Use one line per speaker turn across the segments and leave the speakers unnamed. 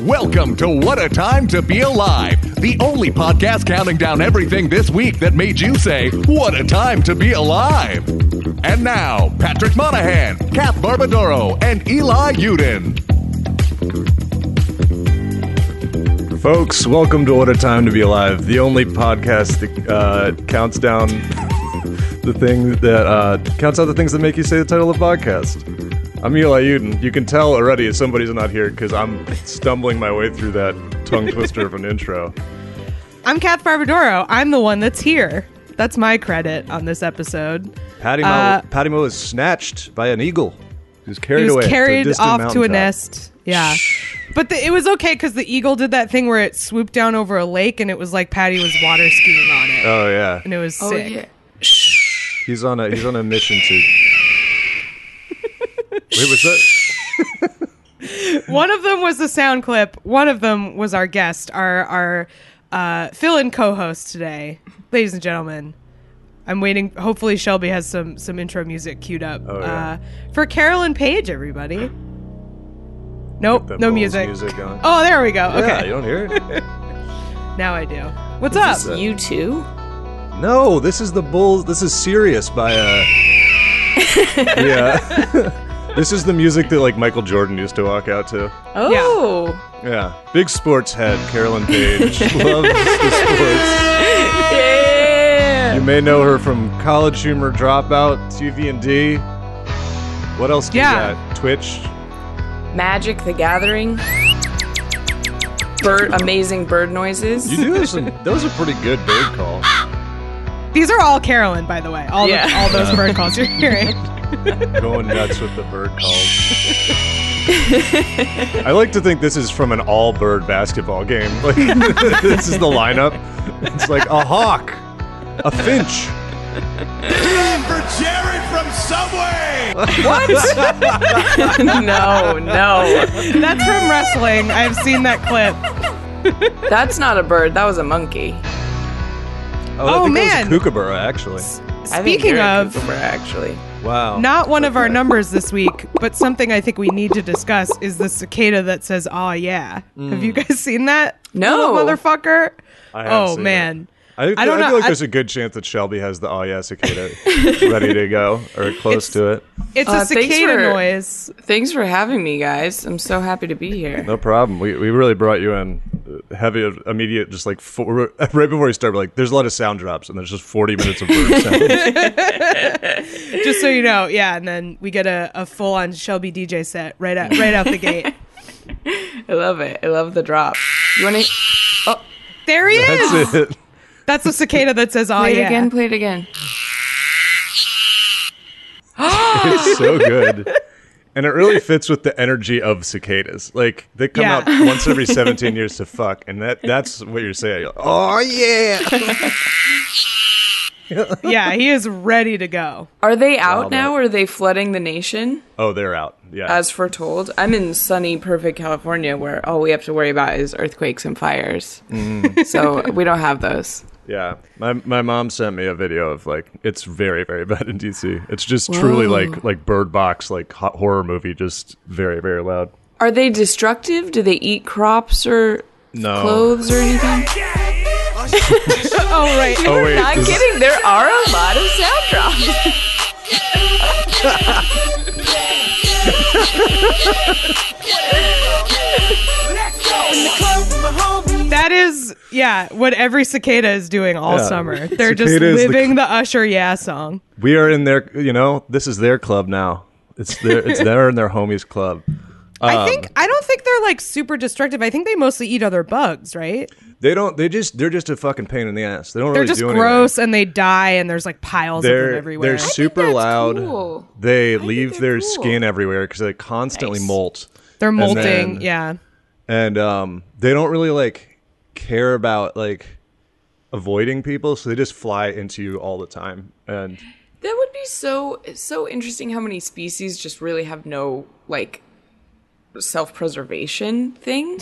Welcome to What a Time to Be Alive, the only podcast counting down everything this week that made you say, What a Time to Be Alive. And now, Patrick Monahan, Kath Barbadoro, and Eli Uden.
Folks, welcome to What a Time to Be Alive, the only podcast that uh, counts down the thing that uh, counts out the things that make you say the title of the podcast. I'm Eli Uden. You can tell already if somebody's not here because I'm stumbling my way through that tongue twister of an intro.
I'm Kath Barbadoro. I'm the one that's here. That's my credit on this episode.
Patty Mo,
Uh,
Patty Mo is snatched by an eagle. He was carried
He was
away.
carried
distant
off to a
mountaintop.
nest. Yeah. But the, it was okay because the eagle did that thing where it swooped down over a lake and it was like Patty was water skiing on it.
Oh yeah,
and it was
Oh
sick.
yeah.
he's on a he's on a mission to. Wait, was that?
One of them was the sound clip. One of them was our guest, our, our uh, fill in co host today. Ladies and gentlemen, I'm waiting. Hopefully, Shelby has some, some intro music queued up
Oh, yeah.
uh, for Carolyn Page, everybody. Nope,
that
no
Bowles
music.
music on.
Oh, there we go.
Yeah,
Okay.
you don't hear it.
Now I do. What's up?
this
You too?
No, this is the Bulls. This is serious by uh yeah. this is the music that like Michael Jordan used to walk out to.
Oh.
Yeah, big sports head Carolyn Page loves the
Yeah.
sports. You may know her from College Humor Dropout, TV and D. What else do
Yeah.
you got? Twitch.
Magic the Gathering. Bird amazing bird noises.
You do some. That was a pretty good bird call. uh,
These are all Carolyn, by the way. All the-
Yeah.
all those bird calls you're hearing.
Going nuts with the bird calls. I like to think this is from an all bird basketball game. Like this is the lineup. It's like a hawk, a finch.
for Jared from Subway.
no, no.
That's from wrestling. I've seen that clip.
That's not a bird. That was a monkey.
Oh,
Oh,
I think that
man.
was a kookaburra actually.
I think
Speaking
you're a
of-
cucumber, actually.
Wow.
Not one of our numbers this week, but something I think we need to discuss is the cicada that says "Ah, yeah." Have you guys seen that?
No.
little
Mm.
motherfucker.
I have
Oh
seen it.
man.
I, think
I don't
I feel
know.
like
I-
there's a good chance that Shelby has the oh yeah cicada ready to go or close to
It's-
it.
It's
Uh,
a
thanks
cicada
for-
noise.
Thanks for having me, guys. I'm so happy to be here.
No problem. We, we really brought you in uh, heavy, uh, immediate, just like four, right before we started. we're Like, there's a lot of sound drops, and there's just 40 minutes of bird sounds.
Just so you know, yeah. And then we get a, a full on Shelby DJ set right out right out the gate.
I love it. I love the drop. You want to
There he is.
That's it.
That's a cicada that says "Ah,
play it
yeah."
again? Play it again.
It's so good. And it really fits with the energy of cicadas. Like they come
Yeah.
out once every 17 years to fuck, and that that's what you're saying. You're like, oh yeah.
yeah, he is ready to go.
Are they out now? Or are they flooding the nation?
Oh, they're out. Yeah.
As foretold, I'm in sunny, perfect California where all we have to worry about is earthquakes and fires.
Mm.
so we don't have those.
yeah. My my mom sent me a video of like it's very very bad in DC. It's just truly like like Bird Box like hot horror movie just very very loud.
Are they destructive? Do they eat crops or
No.
clothes or anything?
Oh right.
Oh wait. this is-
There are a lot of sound drops.
That is, yeah, what every cicada is doing all
Yeah.
summer. They're just
Cicada is the
living the, Usher Yeah song.
we are in their you know, this is their club now. It's their it's their and their homies club. Um,
I think I don't think they're like super destructive. I think they mostly eat other bugs, right?
They don't. They just. They're just a fucking pain in the ass. They don't
They're
really
just
do anything.
gross and they die, and there's like piles of
They're
them everywhere.
they're super
that's
loud.
cool.
They leave
they're
their
cool.
skin everywhere because they constantly
Nice.
molt.
They're
and
molting,
then-
yeah.
and um, they don't really like care about like avoiding people, so they just fly into you all the time. And
That would be so so interesting how many species just really have no like self-preservation thing.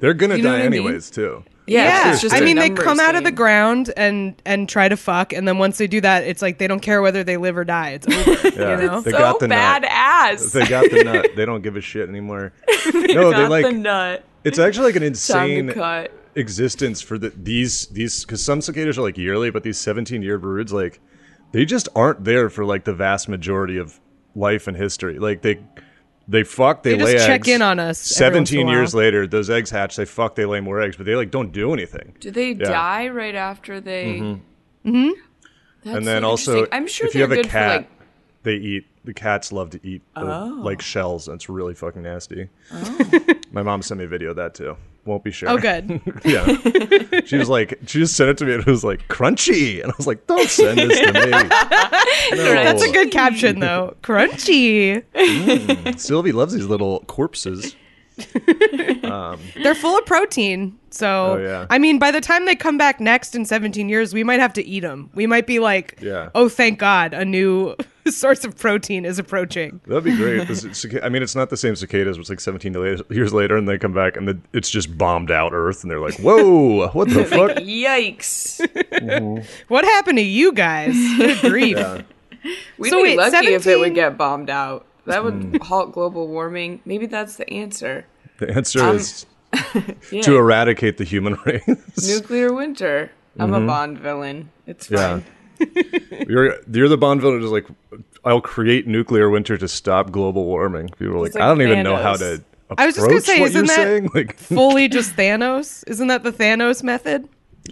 They're gonna
You know
die
what I mean?
anyways, too.
Yeah,
yeah,
it's just
I
a
mean, they
numbers
come out of the
game.
ground and and try to fuck, and then once they do that, it's like they don't care whether they live or die. It's over.
Yeah,
know?
they
so
got the nut.
badass.
They got the nut. They don't give a shit anymore. no, they
got
like
the nut.
it's actually like an
Time
insane
to cut.
existence for the, these these because some cicadas are like yearly, but these 17 year broods like they just aren't there for like the vast majority of life and history. Like they they fuck, they,
They
lay
just check
eggs.
in on us every once in a
17 years
while.
later, those eggs hatch. They fuck, they lay more eggs, but they like don't do anything.
Do they
Yeah.
die right after they? Mm-hmm. That's
and then
so
also,
interesting. I'm sure
if you
they're
have a
good
cat,
for like
they eat. The cats love to eat the,
Oh.
like shells. and It's really fucking nasty. My mom sent me a video of that too. Won't be sure.
Oh, good.
Yeah. she was like, she just sent it to me and it was like, crunchy. And I was like, don't send this to me. No.
That's a good caption though. Crunchy.
Sylvie loves these little corpses.
They're full of protein.
Oh,
So
yeah.
I mean, by the time they come back next in 17 years, we might have to eat them. We might be like,
Yeah.
oh, thank God, a new source of protein is approaching.
That'd be great. This is- cica- I mean, it's not the same cicadas. It's like 17 la- years later and they come back and the, it's just bombed out Earth and they're like, whoa, what the fuck?
yikes.
What happened to you guys? Good grief.
We'd
So wait,
be lucky if it
17
would get bombed out. That
Mm.
would halt global warming. Maybe that's the answer.
The answer
um,
is
Yeah.
to eradicate the human race.
Nuclear winter. I'm a Bond villain. It's
Mm-hmm. Yeah.
fine.
you're you're the Bond villain who's like, I'll create nuclear winter to stop global warming. People are like,
It's like
I don't even know
Thanos.
how to. Approach
I was just gonna say,
what you're
isn't that
saying? Like,
Fully just Thanos. Isn't that the Thanos method?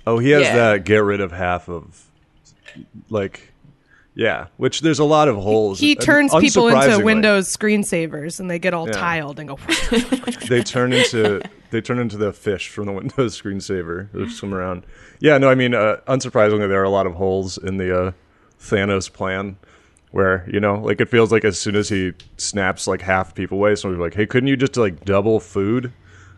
oh, he has
Yeah.
that get rid of half of, like, yeah. Which there's a lot of holes.
He
And
turns people into
Uh, unsurprisingly,
Windows screensavers and they get all
Yeah.
tiled and go,
They turn into they turn into the fish from the Windows screensaver that swim around. Yeah, no, I mean, uh, unsurprisingly, there are a lot of holes in the uh, Thanos plan. Where you know, like it feels like as soon as he snaps like half people away, somebody's like, "Hey, couldn't you just like double food?"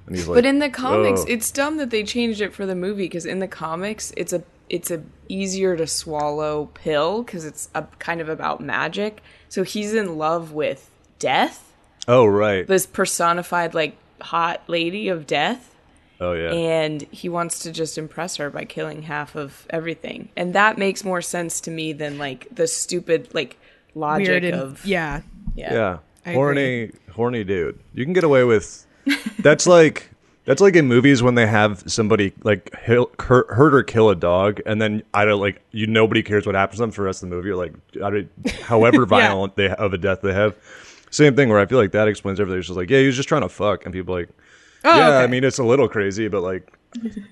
And he's like, "Oh."
But in the comics,
"Whoa."
it's dumb that they changed it for the movie because in the comics, it's a it's a easier to swallow pill because it's a, kind of about magic. So he's in love with death,
oh right,
this personified like hot lady of death,
oh yeah,
and he wants to just impress her by killing half of everything, and that makes more sense to me than like the stupid like logic
weird. And,
of
yeah.
yeah.
yeah,
I
horny, horny dude. You can get away with. That's like that's like in movies when they have somebody like hill, cur, hurt or kill a dog, and then I don't like you. Nobody cares what happens to them for the rest of the movie. You're like, I mean, however violent they of a death they have. Same thing where I feel like that explains everything. It's just like, yeah, he was just trying to fuck, and people are like,
Oh,
yeah,
okay.
I mean, it's a little crazy, but like,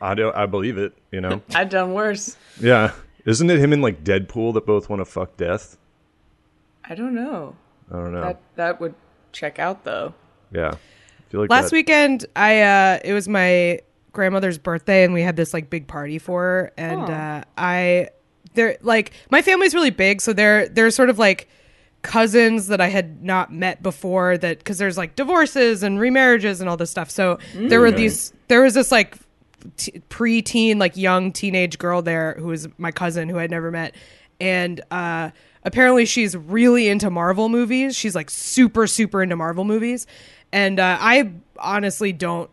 I don't, I believe it. You know,
I've done worse.
yeah. Isn't it him and like Deadpool that both want to fuck death?
I don't know.
I don't know.
That that would check out though.
yeah. I feel like
Last
that-
weekend, I uh, it was my grandmother's birthday, and we had this like big party for her. And uh, I, they're like my family's really big, so they're they're sort of like cousins that I had not met before. That because there's like divorces and remarriages and all this stuff. So there were these. There was this like t- preteen, like young teenage girl there who was my cousin who I'd never met. And uh, apparently she's really into Marvel movies. She's like super, super into Marvel movies. And uh, I honestly don't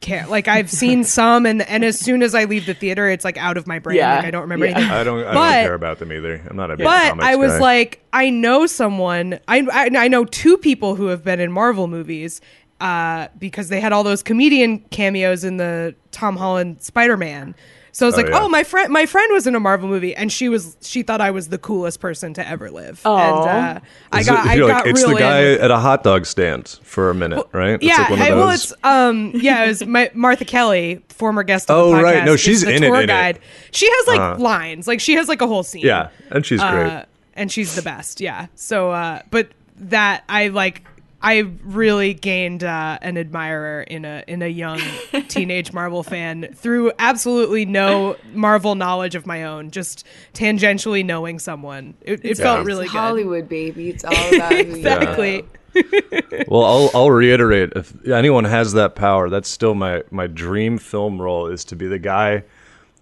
care. Like I've seen some, and and as soon as I leave the theater, it's like out of my brain.
Yeah.
Like I don't remember
Yeah.
anything.
I don't, I
But-
don't care about them either. I'm not a big
But
comics
I was
guy.
like, I know someone. I, I I know two people who have been in Marvel movies uh, because they had all those comedian cameos in the Tom Holland Spider Man. So I was like,
yeah.
oh, my friend, my friend was in a Marvel movie, and she was she thought I was the coolest person to ever live. and uh, I
Is it-
got I
you're like,
got
it's
really
the guy at a hot dog stand for a minute, right? It's
yeah,
like one of
I- well,
those-
it's um, yeah, it was my, Martha Kelly, former guest. Of
Oh,
the podcast,
right. No,
is
she's
the
in it,
tour
in it.
guide. She has like
Uh-huh.
lines, like she has like a whole scene.
yeah, and she's
Uh, and she's the best. Yeah. So, uh, but that I like, I really gained uh, an admirer in a in a young teenage Marvel fan through absolutely no Marvel knowledge of my own, just tangentially knowing someone. It, it felt really
It's
good.
Hollywood, baby. It's all about who you are.
Exactly.
great. Well, I'll, I'll reiterate: if anyone has that power, that's still my my dream film role is to be the guy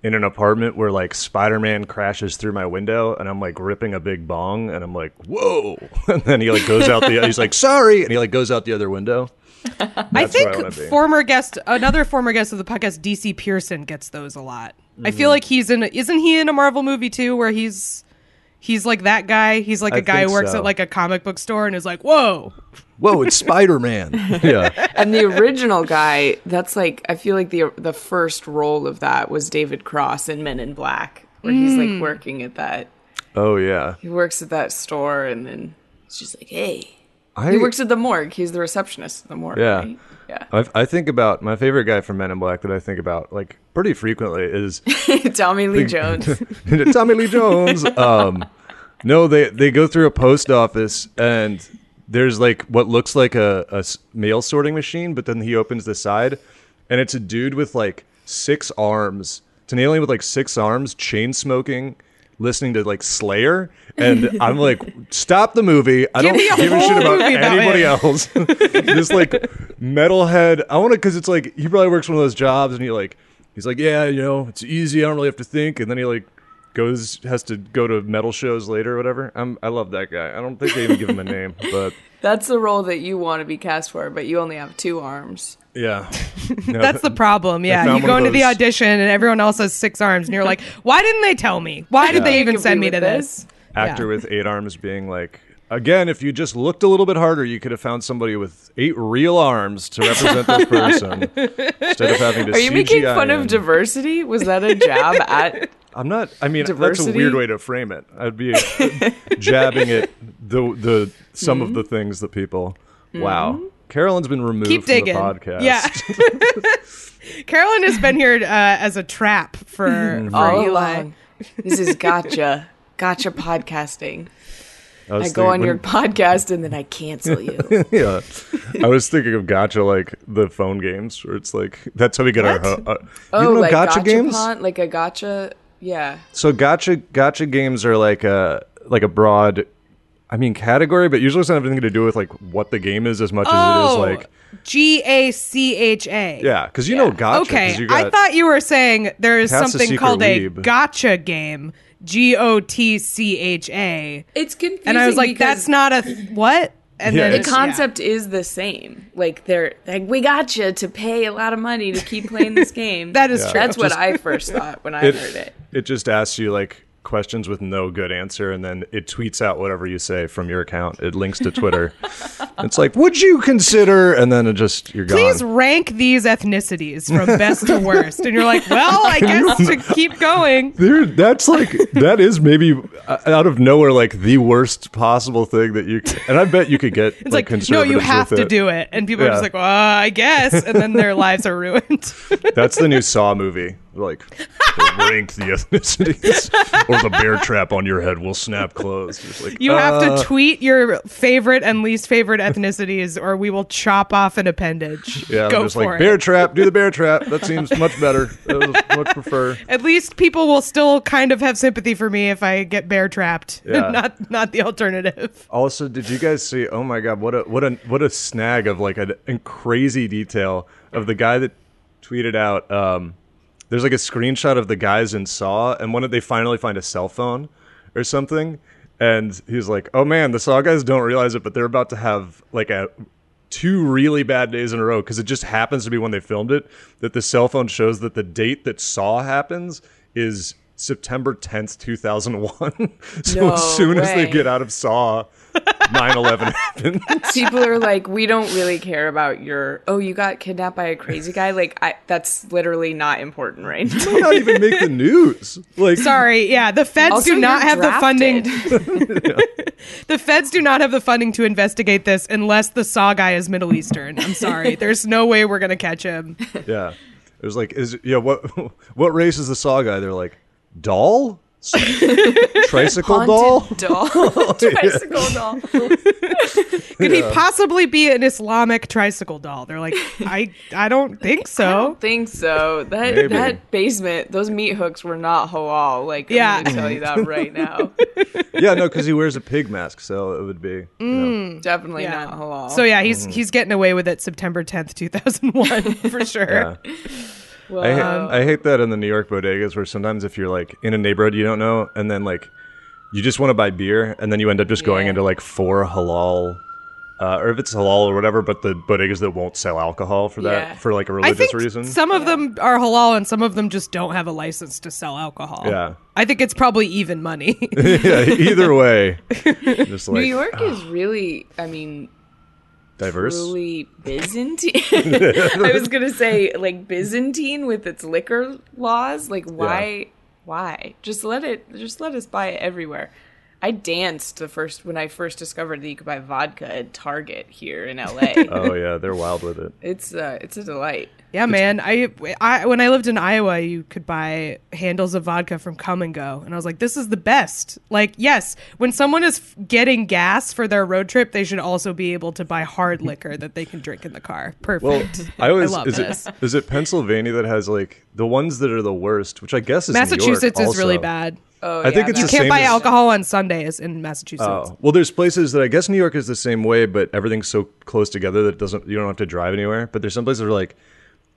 in an apartment where like Spider-Man crashes through my window and I'm like ripping a big bong and I'm like, "Whoa." And then he like goes out the he's like, "Sorry." And he like goes out the other window.
I think
where I wanna be.
former guest, another former guest of the podcast, DC Pearson, gets those a lot. I
Mm-hmm.
feel like he's in. Isn't he in a Marvel movie too, where he's he's like that guy? He's like a
I
guy
think
who works
so.
at like a comic book store and is like, "Whoa,
Whoa, it's Spider-Man. yeah.
And the original guy, that's like I feel like the the first role of that was David Cross in Men in Black, where he's
Mm.
like working at that.
Oh yeah.
He works at that store, and then it's just like, hey,
I
he works at the morgue. He's the receptionist at the morgue.
Yeah.
right? yeah.
i I think about my favorite guy from Men in Black that I think about like pretty frequently is
Tommy Lee Jones.
Tommy Lee Jones. Um, no, they they go through a post office and there's like what looks like a, a s- mail sorting machine, but then he opens the side and it's a dude with like six arms, it's an alien with like six arms, chain smoking. Listening to like Slayer, and I'm like, stop the movie. I don't
me a
give a
whole
shit about
movie about
anybody
it."
else. this like metalhead. I want to because it's like he probably works one of those jobs, and he like he's like, yeah, you know, it's easy. I don't really have to think. And then he like goes has to go to metal shows later or whatever. I'm I love that guy. I don't think they even give him a name, but
that's the role that you want to be cast for, but you only have two arms.
yeah, No,
that's the problem."
not
Yeah, you
one
go
of
into the
those-
audition and everyone else has six arms, and you're like, "Why didn't they tell me? Why did they even
Agree
send me
with
to
this?
this?"
actor
Yeah.
with eight arms being like. Again, if you just looked a little bit harder, you could have found somebody with eight real arms to represent this person instead of having to.
Are you making
CGI
fun
in.
of diversity? Was that a jab at?
I'm not. I mean, that's a
Diversity?
weird way to frame it. I'd be jabbing at the the some
Mm-hmm.
of the things that people. Wow, Carolyn's been removed
Keep
from
digging.
the podcast.
Yeah. Carolyn has been here uh, as a trap for, for
All
Eli.
along. This is gotcha, gotcha podcasting.
was
I go on
thinking-
your podcast and then I cancel you.
yeah. I was thinking of gotcha like the phone games where it's like that's how we get our. Ho- uh, you
Oh,
don't know gotcha, games?
Gachapon, like a gotcha. Yeah,
So gotcha gotcha games are like a like a broad, I mean category, but usually it's not anything to do with like what the game is as much as it is
Oh,
like
G A C H A.
yeah because you know gotcha. 'cause
Okay,
you got,
I thought you were saying there is
Cats a
something
secret
called a
weeb.
gotcha game, G O T C H A,
it's confusing.
and I was like,
because
"That's not a th- what." And
Yeah,
then
The
it's-
concept is the same. Like they're like, we gotcha to pay a lot of money to keep playing this game.
That is Yeah. true.
That's what I first thought when I
it,
heard it.
it just asks you like questions with no good answer and then it tweets out whatever you say from your account it links to twitter it's like would you consider and then it just you're
Please
gone
rank these ethnicities from best to worst, and you're like, "Well, I guess to keep going."
there, that's like that is maybe uh, out of nowhere like the worst possible thing that you c- and I bet you could get
It's like, no, you have to do it, and people are
Yeah.
just like, "Well, I guess," and then their lives are ruined.
That's the new Saw movie. Like rank the ethnicities or the bear trap on your head will snap closed. It's like,
You
uh,
have to tweet your favorite and least favorite ethnicities, or we will chop off an appendage.
Yeah,
Go
I'm just
for
like
it.
bear trap. Do the bear trap. That seems much better. That was much prefer.
At least people will still kind of have sympathy for me if I get bear trapped.
Yeah.
not not the alternative.
Also, did you guys see? Oh my god, what a what a what a snag of like a, a crazy detail of the guy that tweeted out. Um, there's like a screenshot of the guys in Saw, and when they finally find a cell phone or something, and he's like, "Oh man, the Saw guys don't realize it, but they're about to have like a." Two really bad days in a row because it just happens to be when they filmed it that the cell phone shows that the date that Saw happens is September 10th, 2001. so
No
as soon as they
way.
get out of Saw, 9-11 happened.
People are like, we don't really care about your. Oh, you got kidnapped by a crazy guy. Like I, that's literally not important right now.
Might not even make the news. Like
Sorry, yeah, the feds
Also,
do not
you're
have the funding.
drafted.
The feds do not have the funding to investigate this unless the Saw guy is Middle Eastern. I'm sorry, there's no way we're gonna catch him.
Yeah. It was like is yeah, what what race is the Saw guy? They're like, doll? S- Tricycle doll?
Haunted doll, tricycle doll.
Could he possibly be an Islamic tricycle doll? They're like, I I don't think so.
think so. That
Maybe.
that basement, those meat hooks were not halal. Like
Yeah.
I'm gonna tell you that right now.
Yeah, no, because he wears a pig mask, so it would be you
Mm.
know.
Definitely
Yeah.
not halal.
So yeah, he's he's getting away with it September 10th, 2001 for sure.
Yeah.
uh,
I, ha- I hate that in the New York bodegas where sometimes if you're like in a neighborhood you don't know and then like you just want to buy beer and then you end up just going
Yeah.
into like four halal uh, or if it's halal or whatever, but the bodegas that won't sell alcohol for that
Yeah.
for like a
I
religious
think
reason.
some of them are halal and some of them just don't have a license to sell alcohol.
Yeah.
I think it's probably even money.
yeah, either way, just like
New York is really, I mean,
diverse.
really Byzantine. I was gonna say like Byzantine with its liquor laws. Like why, why? Just let it. Just let us buy it everywhere. I danced the first when I first discovered that you could buy vodka at Target here in LA.
Oh yeah, they're wild with it.
It's uh, it's a delight.
yeah, man. I, I when I lived in Iowa, you could buy handles of vodka from Come and Go, and I was like, this is the best. Like, yes, when someone is f- getting gas for their road trip, they should also be able to buy hard liquor that they can drink in the car.
Well,
Perfect.
I always
love
is
this.
it is it Pennsylvania that has like the ones that are the worst, which I guess is New York
Massachusetts is really
also.
bad.
Oh,
I think
yeah,
it's
that-
the
Can't
same
buy
as-
alcohol on Sundays in Massachusetts.
Oh. Well, there's places that I guess New York is the same way, but everything's so close together that it doesn't you don't have to drive anywhere. But there's some places that are like,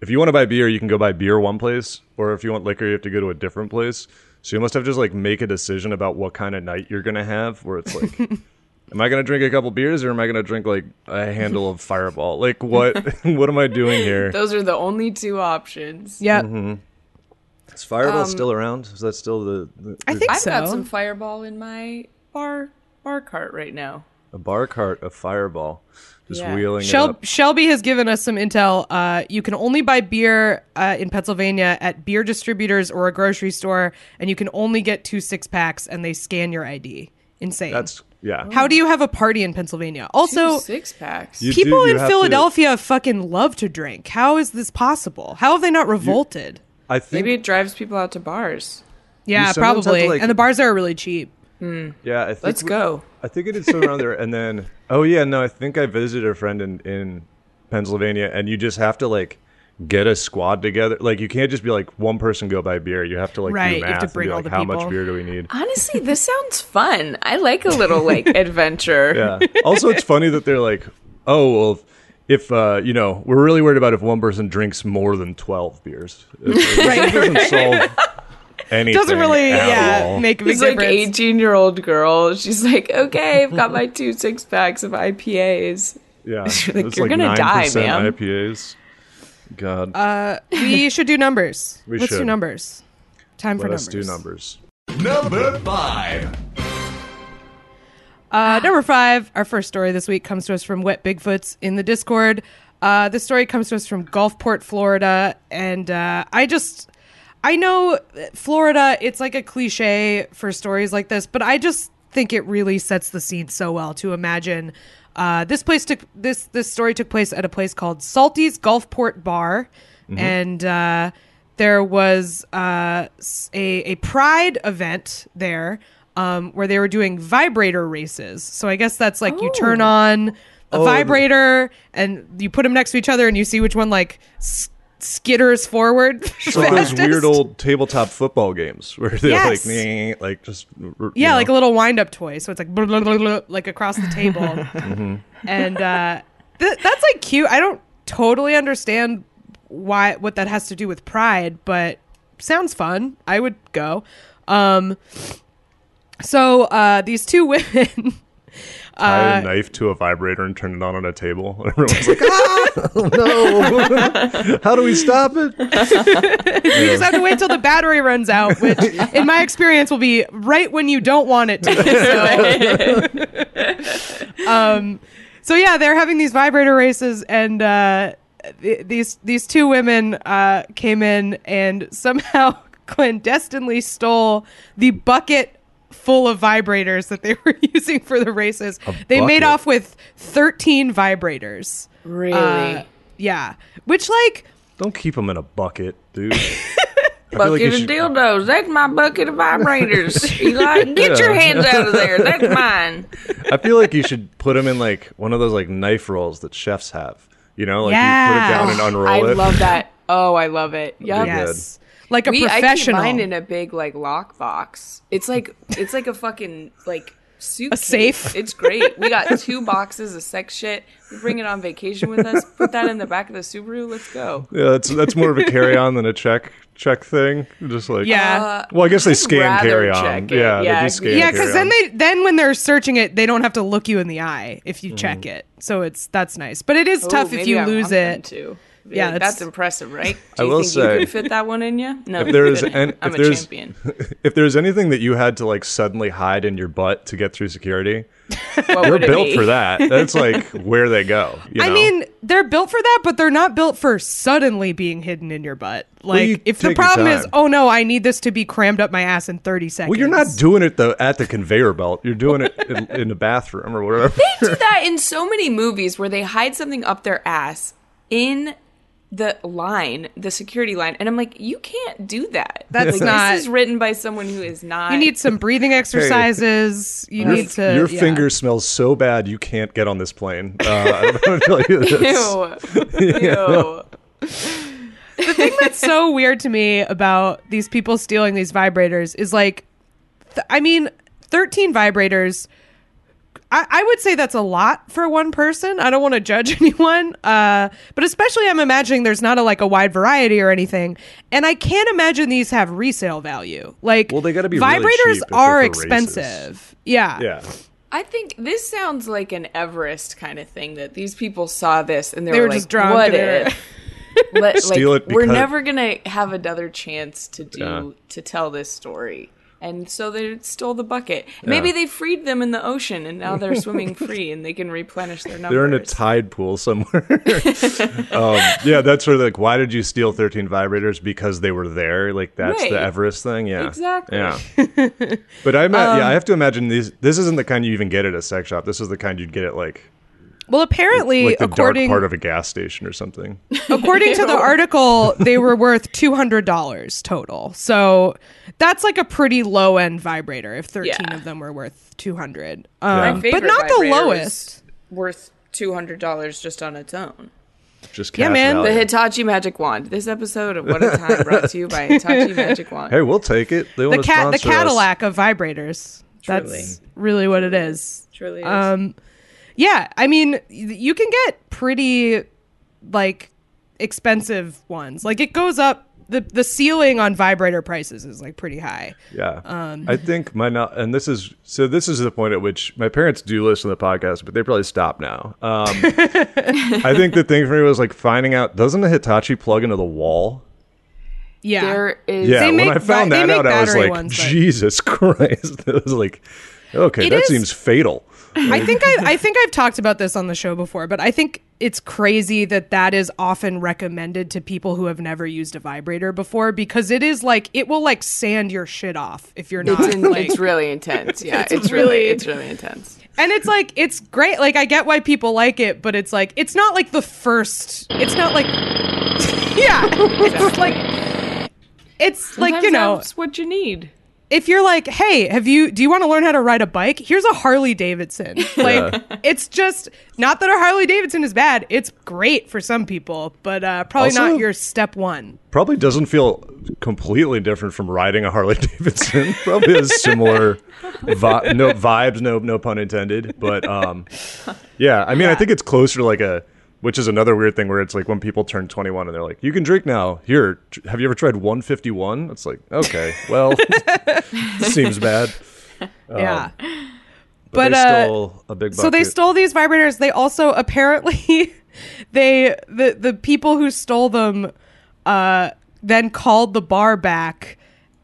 if you want to buy beer, you can go buy beer one place, or if you want liquor, you have to go to a different place. So you must have just like make a decision about what kind of night you're gonna have, where it's like, am I gonna drink a couple beers or am I gonna drink like a handle of Fireball? Like what? what am I doing here?
Those are the only two options.
Yeah,
Mm-hmm. Is Fireball
um,
still around? Is that still the, the,
I think
I've
so.
got some Fireball in my bar bar cart right now.
the bar cart of Fireball? Just
Yeah.
wheeling it
Shel-
up.
Shelby has given us some intel. Uh, you can only buy beer uh, in Pennsylvania at beer distributors or a grocery store, and you can only get two six packs, and they scan your ID. Insane.
That's yeah.
How do you have a party in Pennsylvania? Also,
Two six packs.
You do-
people
you
in
have to-
Philadelphia fucking love to drink. How is this possible? How have they not revolted?
I think
Maybe it drives people out to bars.
yeah,
sometimes have to,
probably.
like-
and the bars are really cheap.
Yeah, I think
Let's
we-
go.
I think it is still around there. And then, oh yeah, no, I think I visited a friend in in Pennsylvania, and you just have to like get a squad together. Like you can't just be like one person go buy beer. You have to like
Right,
do
you
math
have to
and
bring
be
all
like,
the
how much
people. Um,
beer do we need?
Honestly, this sounds fun. I like a little like adventure.
Yeah. also, it's funny that they're like, oh well. If, if, uh, you know, we're really worried about if one person drinks more than twelve beers. It,
Right.
doesn't solve anything.
Doesn't really,
at
yeah,
all.
make a big
This like
difference.
eighteen year old girl. She's like, okay, I've got my two six packs of IPAs.
yeah.
Like,
it's
you're gonna die,
9%
ma'am.
IPAs. God,
Uh, we should do numbers.
We
Let's do
should.
numbers. Time for
let us
numbers.
do numbers.
Number five.
Uh, number five, our first story this week comes to us from Wet Bigfoots in the Discord. Uh, this story comes to us from Gulfport, Florida, and uh, I just, I know that Florida. It's like a cliche for stories like this, but I just think it really sets the scene so well to imagine. Uh, this place took this this story took place at a place called Salty's Gulfport Bar, and uh, there was uh, s- a a pride event there um, where they were doing vibrator races. So I guess that's like you turn on a vibrator and you put them next to each other and you see which one like s- skitters forward.
It's like those
fastest.
weird old tabletop football games where they're
Yes.
like, "Nyeh," like just r-
yeah,
you
like a
know.
little wind up toy. So it's like blah, blah, blah, blah, like across the table,
Mm-hmm.
and uh, th- that's like cute. I don't totally understand why what that has to do with pride, but sounds fun. I would go. Um, so uh, these two women. uh,
tie a knife to a vibrator and turn it on on a table. And everyone's like, ah, no, how do we stop it?
You just have to wait till the battery runs out, which, in my experience, will be right when you don't want it to. So- um, so yeah, they're having these vibrator races, and uh, th- these these two women uh, came in and somehow clandestinely stole the bucket full of vibrators that they were using for the races. They made
bucket.
off with thirteen vibrators.
Really?
Uh, yeah, which like.
Don't keep them in a bucket, dude. I feel like you
bucket
should-
of dildos. That's my bucket of vibrators. Eli, get your hands out of there. That's mine.
I feel like you should put them in like one of those like knife rolls that chefs have. You know, like
Yeah.
you put it down and unroll
I
it.
love that. Oh, I love it. Yeah.
Yeah.
Yes. Like a
We I keep
professional.
mine in a big like lock box. It's like it's like a fucking like suitcase.
A safe.
It's great. We got two boxes of sex shit. We bring it on vacation with us. Put that in the back of the Subaru. Let's go.
Yeah, that's that's more of a carry on than a check check thing. Just like
Yeah.
Uh,
Well, I guess they
I'd
scan
rather
carry on.
check it.
Yeah,
Yeah,
they do
I agree.
scan
yeah,
carry
because then they then when they're searching it, they don't have to look you in the eye if you check
Mm-hmm.
it. So it's that's nice, but it is
Ooh,
tough if
Oh, maybe
you
I
lose
want them
it.
to. Be
Yeah,
like,
that's-
that's impressive, right?
I
Do you
will
think
say-
you could fit that one in you? No,
If there
you
is
couldn't.
an-
I'm
if
a
there's-
champion.
If there's anything that you had to like suddenly hide in your butt to get through security,
What
you're
would it
built
be?
for that. That's like where they go. you
I
know?
mean, they're built for that, but they're not built for suddenly being hidden in your butt. Like
you
if the
take your
problem is,
time.
oh no, I need this to be crammed up my ass in thirty seconds.
well, you're not doing it though at the conveyor belt. You're doing it in, in the bathroom or whatever.
They do that in so many movies where they hide something up their ass in the line, the security line, and I'm like, you can't do that.
That's
Like,
not-
This is written by someone who is not.
You need some breathing exercises. You
Your,
need to.
your
yeah.
finger smells so bad you can't get on this plane. Uh, I don't know how to tell you this.
Ew. Ew.
That's so weird to me about these people stealing these vibrators is like, th- I mean, 13 vibrators. I, I would say that's a lot for one person. I don't want to judge anyone, uh, but especially I'm imagining there's not a like a wide variety or anything, and I can't imagine these have resale value. Like,
Well, they gotta be really
vibrators
cheap if they're
are
for
expensive. Yeah,
Yeah.
I think this sounds like an Everest kind of thing that these people saw this and they,
They
were,
were
like,
just drunk
what
and they were-
if? Let,
Steal
like,
it
we're
because-
never gonna have another chance to do
Yeah.
to tell this story. And so they stole the bucket. Maybe they freed them in the ocean and now they're swimming free and they can replenish their numbers.
They're in a tide pool somewhere. um, yeah, that's sort of like why did you steal 13 vibrators because they were there? Like that's the
Right.
Everest thing. Yeah,
Exactly.
Yeah, but I ima-
Um,
yeah, I have to imagine these. This isn't the kind you even get at a sex shop. This is the kind you'd get at like
Well, apparently,
like the
according
dark part of a gas station or something.
According to the article, they were worth two hundred dollars total. So that's like a pretty low end vibrator. If thirteen
Yeah.
of them were worth two hundred,
My
um, but
favorite
not the
vibrator was
lowest.
worth two hundred dollars just on its own.
Just
Yeah,
cash
man.
value.
The Hitachi Magic Wand. This episode of What a Time brought to you by Hitachi Magic Wand.
Hey, we'll take it. They
The
want to
cat, the
sponsor us.
Cadillac of vibrators. That's really what it is.
Truly is.
Um, yeah, I mean, y- you can get pretty like expensive ones. Like it goes up. The, the ceiling on vibrator prices is like pretty high.
Yeah.
Um,
I think my not, and this is so. This is the point at which my parents do listen to the podcast, but they probably stop now. Um, I think the thing for me was like finding out doesn't the Hitachi plug into the wall?
Yeah.
there is
Yeah.
They
when
make
I found
ba- they
that out,
make
I was
battery
like,
ones, but-
Jesus Christ! I was like, okay,
It
that
is-
seems fatal.
I think I, I think I've talked about this on the show before, but I think it's crazy that that is often recommended to people who have never used a vibrator before because it is like it will like sand your shit off if you're not
It's, in,
like
it's really intense. Yeah, it's, really,
really-
it's really intense.
and it's like it's great like I get why people like it but it's like it's not like the first it's not like yeah it's like it's like you
Sometimes
know
that's what you need.
if you're like, hey, have you do you want to learn how to ride a bike? Here's a Harley Davidson. Like it's just not that a Harley Davidson is bad. It's great for some people, but uh, probably
Also-
not your step one.
Probably doesn't feel completely different from riding a Harley Davidson. Probably has similar vi- no vibes, no no pun intended. But um, yeah, I mean, I think it's closer to like a, which is another weird thing where it's like when people turn twenty one and they're like, you can drink now. Here, tr- have you ever tried one fifty one? It's like okay, well, seems bad.
yeah.
Oh. But,
But,
they
uh,
stole a big bucket.
So they stole these vibrators. They also apparently they the the people who stole them uh then called the bar back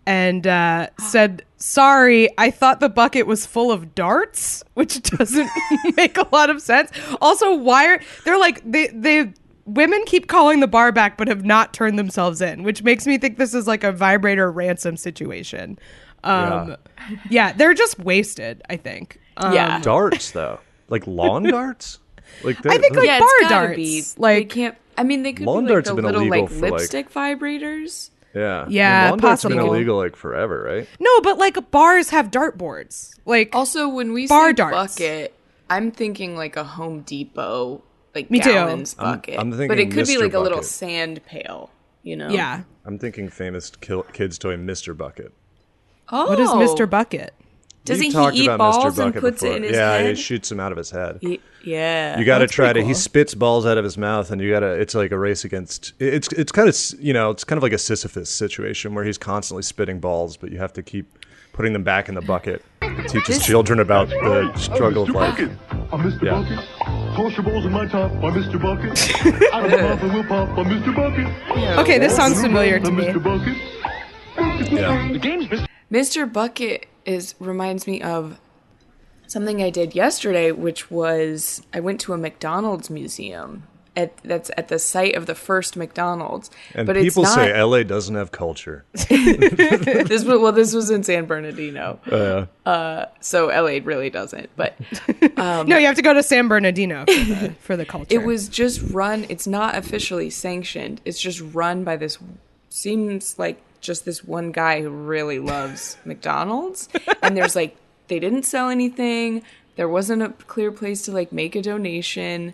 and uh said sorry i thought the bucket was full of darts which doesn't make a lot of sense also why are they're like they they women keep calling the bar back but have not turned themselves in which makes me think this is like a vibrator ransom situation um yeah, they're just wasted i think um,
yeah.
darts though, like lawn darts. Like
I think,
they're-
like,
yeah, it's
bar
gotta
darts,
Be,
like-
they can't. I mean, they could
Lawn
be like
darts
the
have been
little
illegal
like
for, like-
lipstick vibrators.
Yeah.
Yeah,
I mean, lawn darts have been
possible.
illegal like forever, right?
No, but like bars have dartboards. Like
Also, when we
Bar
say
darts.
bucket, I'm thinking like a Home Depot like
Me too.
gallons bucket.
I'm
but
thinking
it could be
Mr.
like a little
Bucket.
sand pail. You know?
yeah.
I'm thinking famous kill- kids toy Mr. Bucket.
Oh,
What is Mr. Bucket?
Doesn't
you talked
he eat
about
balls
Mr. Bucket
and puts
before.
it in his
yeah,
head?
it shoots him out of his head.
Y- yeah.
You got to
That's
try to.
pretty
He
cool.
spits balls out of his mouth, and you got to. It's like a race against. it- It's it's kind of you know it's kind of like a Sisyphus situation where he's constantly spitting balls, but you have to keep putting them back in the bucket. It teaches
This- Oh,
children about the struggle of
Oh, Mr.
life.
Bucket. I'm Mr.
Yeah.
Bucket. Torture balls in my top. I'm Mr. Bucket. Out of my mouth and will pop. I'm Mr. Bucket.
Okay, this sounds familiar to
I'm
me.
Mr. Bucket.
Yeah.
Mr. Bucket is reminds me of something I did yesterday, which was I went to a McDonald's museum at that's at the site of the first McDonald's.
And
but
people
it's not,
say LA doesn't have culture.
this was well, this was in San Bernardino,
Oh,
uh, so LA really doesn't. But
no, you have to go to San Bernardino for the, for the culture.
it was just run. It's not officially sanctioned. It's just run by this. Seems like just this one guy who really loves McDonald's, and there's like they didn't sell anything. There wasn't a clear place to like make a donation.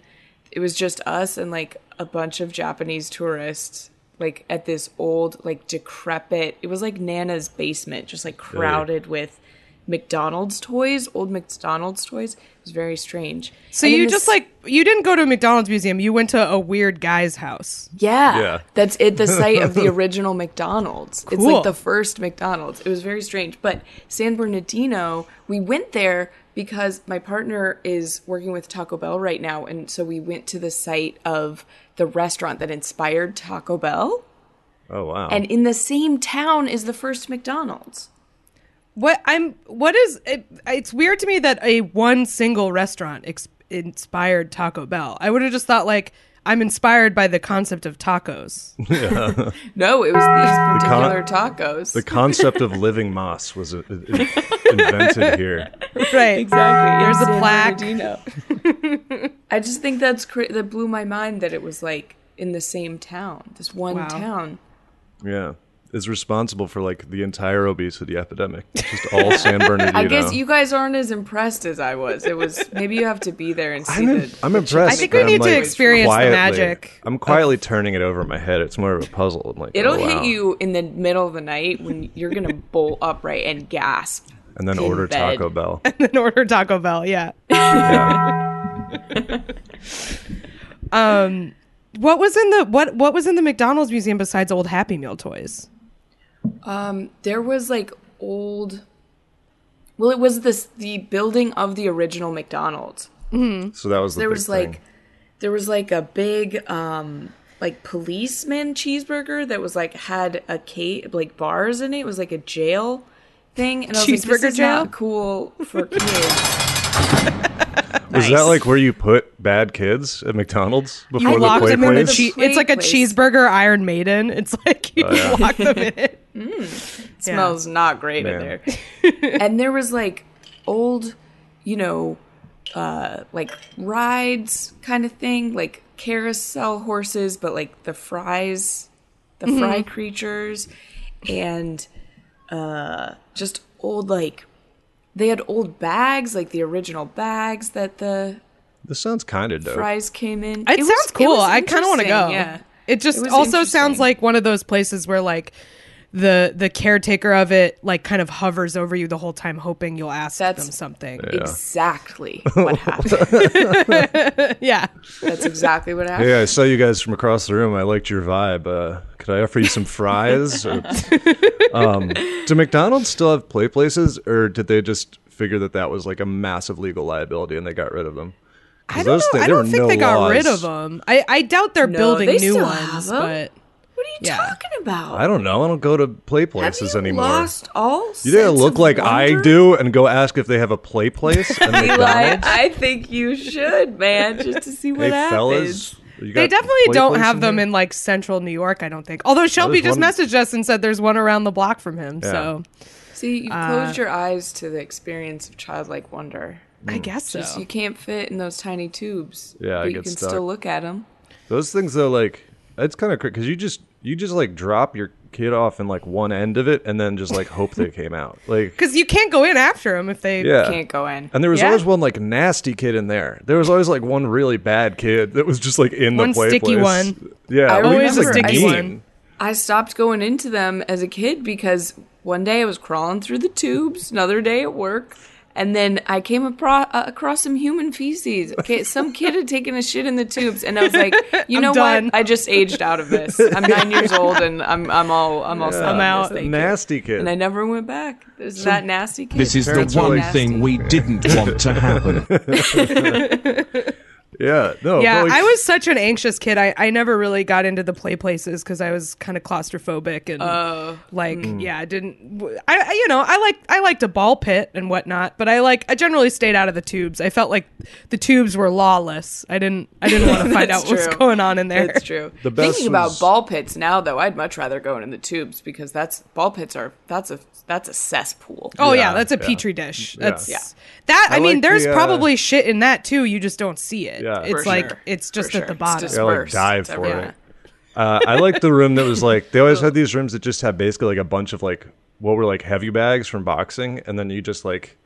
It was just us and like a bunch of Japanese tourists. Like at this old, like decrepit, it was like Nana's basement, just like crowded with McDonald's toys, old McDonald's toys. It was very strange.
so
And then
you
this-
just like you didn't go to a McDonald's museum. You went to a weird guy's house.
Yeah.
Yeah.
That's at the site of the original McDonald's. It's
Cool.
like the first McDonald's. It was very strange. But San Bernardino, we went there because my partner is working with Taco Bell right now. And so we went to the site of the restaurant that inspired Taco Bell.
Oh wow.
And in the same town is the first McDonald's.
What I'm what is it, it's weird to me that a one single restaurant ex- inspired Taco Bell. I would have just thought like I'm inspired by the concept of tacos.
No, it was these
con-
particular tacos.
the concept of living moss was uh, uh, invented here.
right.
Exactly.
There's a
San
plaque.
Bernardino. Ah, I just think that's cra- that blew my mind that it was like in the same town, this one
Wow.
town.
Yeah. Is responsible for like the entire obesity epidemic. It's Just all San Bernardino.
I guess you guys aren't as impressed as I was. It was maybe you have to be there and see
I'm,
the.
im- I'm impressed.
I think we
but I'm,
need to
like,
experience the
quietly-
magic
I'm quietly turning it over in my head. It's more of a puzzle. I'm like,
It'll
oh, wow.
hit you in the middle of the night when you're gonna bolt upright and gasp.
and then
in
order
bed.
Taco Bell.
and order Taco Bell. Yeah.
Yeah.
What was in the what What was in the McDonald's museum besides old Happy Meal toys?
Um, There was like old. Well, it was this the building of the original McDonald's.
So that was the
there
big
was like
thing.
there was like a big um like policeman cheeseburger that was like had a cake like bars in it. It was like a jail thing and I was like,
Cheeseburger
this is not
jail?
cool for kids.
was that like where you put bad kids at McDonald's before
You
the
lock
play
them in a
place?
che-
Play
It's like a
place.
cheeseburger Iron Maiden. It's like you
Oh,
lock them in. it.
It smells not great in
Man.
there. and there was like old, you know, uh like rides kind of thing, like carousel horses, but like the fries the fry
Mm-hmm.
creatures and uh just old like they had old bags like the original bags that the
this sounds kind of dope.
fries came in
It,
was-
sounds cool.
was
I kind of want to
interesting,
go.
yeah
It just
It was
also sounds
interesting.
like one of those places where like the the caretaker of it like kind of hovers over you the whole time, hoping you'll ask
That's-
them something.
exactly what happened
Yeah.
that's exactly what happened
Hey, I saw you guys from across the room. I liked your vibe. Uh, could I offer you some fries? Or- um, do McDonald's still have play places, or did they just figure that that was like a massive legal liability and they got rid of them? 'Cause
I don't,
those
know.
thi-
I
there
don't
were
think
no
they got rid of
laws.
them. I, I doubt they're
No,
building
they
new
still have
ones,
'em.
but
what are you
Yeah.
talking about
I don't know. I don't go to play
Have
places
you
anymore.
lost all
you didn't look like I do and go ask if they have a play place at
Eli,
McDonald's.
I think you should, man, just to see what
hey,
happens.
fellas. you got
They
a
definitely
play
don't
place
have them
here?
in like central New York, I don't think. Although Shelby
there's
just
one-
messaged us and said there's one around the block from him.
Yeah.
So
See, you've closed your eyes to the experience of childlike wonder.
Mm.
I guess so.
Just you can't fit in those tiny tubes.
Yeah, I
but you
get
can
stuck.
still look at them.
Those things though, like it's kind of crazy because you just you just like drop your kid off in like one end of it and then just like hope they came out. Like
Because you can't go in after him if they.
yeah,
Can't go in.
And there was
Yeah.
always one like nasty kid in there. There was always like one really bad kid that was just like in
One
the play
sticky
place.
one.
Yeah,
I
we were
always
just,
remember-
like,
I-
mean.
I stopped going into them as a kid because One day I was crawling through the tubes, another day at work, and then I came apro- uh, across some human feces. Okay, some kid had taken a shit in the tubes, and I was like, "You
I'm
know
done.
what? I just aged out of this. I'm nine years old, and I'm I'm all I'm all set
I'm
on
out.
This, thank you."
Nasty kid.
And I never went back. There's that nasty kid.
This is the
That's
one
really
thing
nasty.
we didn't want to happen.
yeah, no.
Yeah,
Felix-
I was such an anxious kid. I, I never really got into the play places because I was kind of claustrophobic and
Oh.
like
Mm.
yeah, I didn't. w- I, I- you know I like I liked a ball pit and whatnot, but I like I generally stayed out of the tubes. I felt like the tubes were lawless. I didn't I didn't want to find
That's
out what's
true.
going on in there.
That's true.
The best
Thinking
was-
about ball pits now, though, I'd much rather go in the tubes because that's ball pits are that's a that's a cesspool.
Oh yeah,
Yeah,
that's a
yeah.
petri dish. That's
Yeah.
that. I,
I
mean,
like
there's
the, uh,
probably shit in that too. You just don't see it.
Yeah.
it's
For
like
sure.
it's
For
just
sure.
at the
It's
bottom.
Yeah, like
dispersed.
dive
It's
for
everywhere.
it. Uh, I like the room that was like they always had these rooms that just had basically like a bunch of like what were like heavy bags from boxing, and then you just like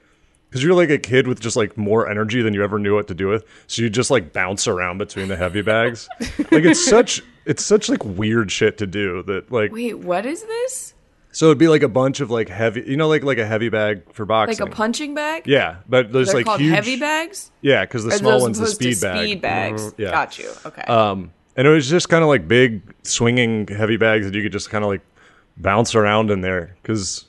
because you're like a kid with just like more energy than you ever knew what to do with, so you just like bounce around between the heavy bags. like it's such it's such like weird shit to do that like
Wait, what is this?
so it'd be like a bunch of like heavy you know like like a heavy bag for
Like
boxing
a punching bag?
yeah but there's
They're
like
called
huge
heavy bags.
yeah because the
Or
small
those
one's the
opposed
speed
to
bag Mm,
Speed bags.
yeah
Got you. Okay.
Um, and it was just kind of like big swinging heavy bags that you could just kind of like bounce around in there because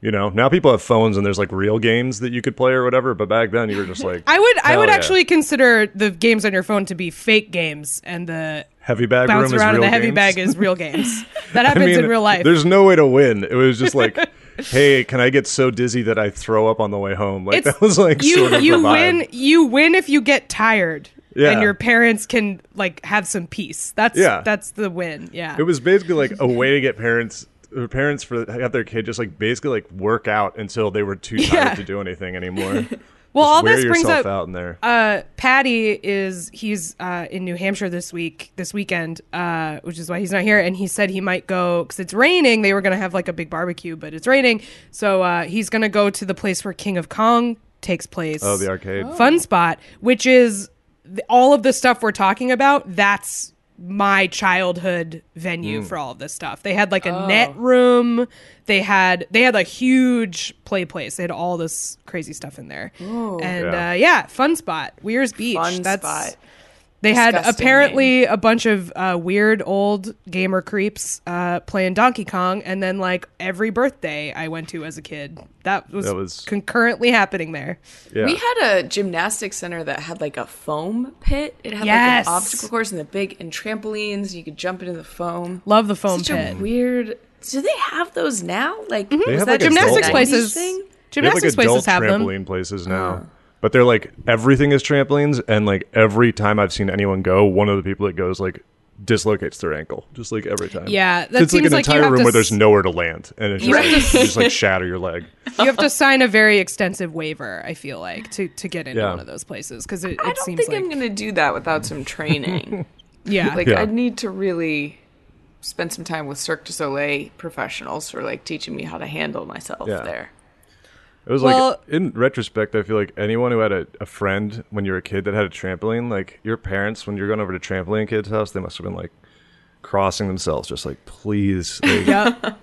you know now people have phones and there's like real games that you could play or whatever. But back then you were just like
I would I
hell
would
yeah.
actually consider the games on your phone to be fake games, and the
heavy bag
bounce
room is
around in
real
the heavy
games.
bag is real games. That
I
happens
mean,
in real life.
There's no way to win. It was just like, hey, can I get so dizzy that I throw up on the way home? Like
It's-
that was like
you
sort of
you
the vibe.
win you win if you get tired.
Yeah.
And your parents can like have some peace. That's
Yeah.
that's the win. Yeah.
It was basically like a way to get parents or parents for have their kid just like basically like work out until they were too tired
Yeah.
to do anything anymore.
well, all
wear
this brings
yourself
up
out in there.
uh, Patty is he's uh, in New Hampshire this week, this weekend, uh, which is why he's not here. And he said he might go because it's raining. They were gonna have like a big barbecue, but it's raining, so uh, he's gonna go to the place where King of Kong takes place.
oh, the arcade.
fun spot, which is th- all of the stuff we're talking about. That's my childhood venue
Mm.
for all of this stuff. They had like a
Oh.
net room. They had they had a huge play place. They had all this crazy stuff in there. And
Yeah.
yeah. Uh, yeah, fun spot, Weir's Beach.
Fun
That's
spot.
they had
Disgusting
apparently a bunch of uh, weird old gamer creeps uh, playing Donkey Kong, and then like every birthday I went to as a kid, that was,
That was-
concurrently happening there.
Yeah.
We had a gymnastics center that had like a foam pit. It had
Yes.
like an obstacle course and the big and trampolines. You could jump into the foam.
Love the foam
Such
pit.
a weird. Do they have those now? Like
They
was
have,
that
like,
just a
gymnastics
90s
places.
Thing?
They have,
Gymnastics
like adult
places have
trampoline
them.
places now. But they're like everything is trampolines and like every time I've seen anyone go, one of the people that goes like dislocates their ankle. Just like every time.
Yeah, that
it's like
seems
an
like you
entire
have
room
to
where there's
s-
nowhere to land and it's just,
Right.
like, you just like shatter your leg.
You have to sign a very extensive waiver. I feel like to to get into
Yeah.
one of those places because it,
I
it
don't
seems
think
like
I'm going to do that without some training.
yeah.
like
Yeah.
I need to really spend some time with Cirque du Soleil professionals for like teaching me how to handle myself
Yeah.
there.
It was
Well-
like in retrospect, I feel like anyone who had a, a friend when you were a kid that had a trampoline, like your parents when you're going over to trampoline kids' house, they must have been like crossing themselves, just like please, like,
Yep.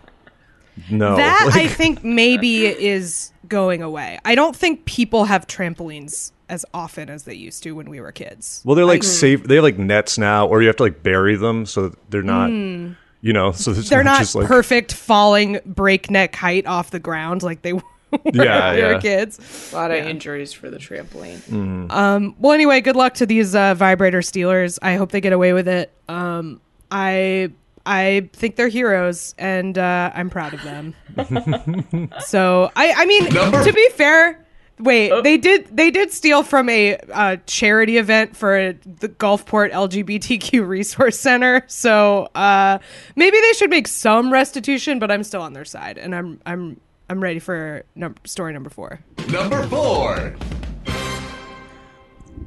no.
that
Like,
I think maybe is going away. I don't think people have trampolines as often as they used to when we were kids.
well, they're like safe. They have like nets now, or you have to like bury them so that they're not, you know, so it's
Mm. They're not
just like
perfect falling breakneck height off the ground like they were when
Yeah,
we
yeah.
were kids.
A lot of injuries for the trampoline.
Well, anyway, good luck to these uh, vibrator stealers. I hope they get away with it. Um, I I think they're heroes, and uh, I'm proud of them. so I I mean, to be fair, wait they did they did steal from a uh, charity event for the Gulfport LGBTQ Resource Center. So uh, maybe they should make some restitution, but I'm still on their side, and I'm I'm I'm ready for num- story number four.
Number four.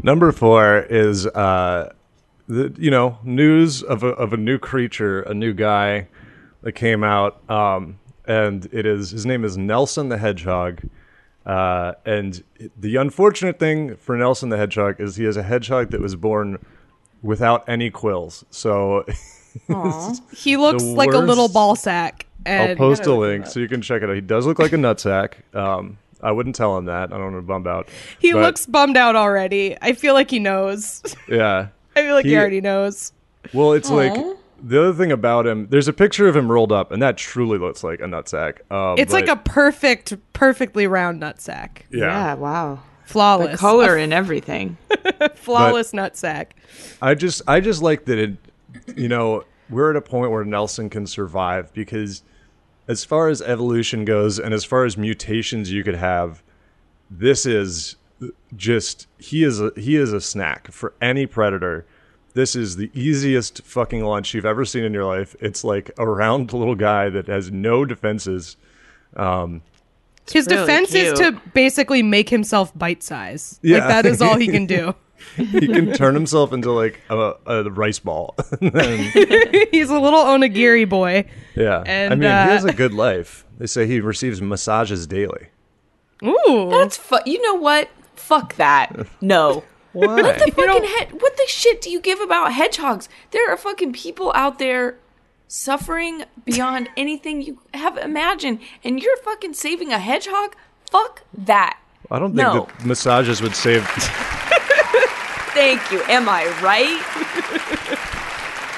Number four is, uh, the, you know, news of a, of a new creature, a new guy that came out. Um, and it is, his name is Nelson the Hedgehog. Uh, and the unfortunate thing for Nelson the Hedgehog is he is a hedgehog that was born without any quills. So
He looks like a
worst-
little ball sack. And
I'll post
gotta
a
look him
link
up.
so you can check it out. He does look like a nutsack. Um, I wouldn't tell him that. I don't want to bump out.
he
But,
looks bummed out already. I feel like he knows.
Yeah.
I feel like he,
He-
already knows.
Well, it's like the other thing about him. There's a picture of him rolled up, and that truly looks like a nutsack. Um,
It's like
but-
a perfect, perfectly round nutsack.
yeah.
Yeah, wow.
Flawless.
The color and everything.
Flawless nutsack.
I just I just like that it you know, we're at a point where Nelson can survive because as far as evolution goes and as far as mutations you could have, this is just he is a, he is a snack for any predator. This is the easiest fucking lunch you've ever seen in your life. It's like a round little guy that has no defenses.
His
really
defense is
cute.
to basically make himself bite size.
Yeah.
Like that is all he can do.
He can turn himself into like a, a rice ball.
He's a little onigiri boy.
yeah, I
And,
mean
uh,
he has a good life. They say he receives massages daily.
Ooh.
That's fu- You know what? Fuck that. No.
What?
fucking he- what the shit do you give about hedgehogs? There are fucking people out there suffering beyond anything you have imagined, and you're fucking saving a hedgehog? Fuck that.
I don't think
No.
that massages would save.
Thank you. Am I right?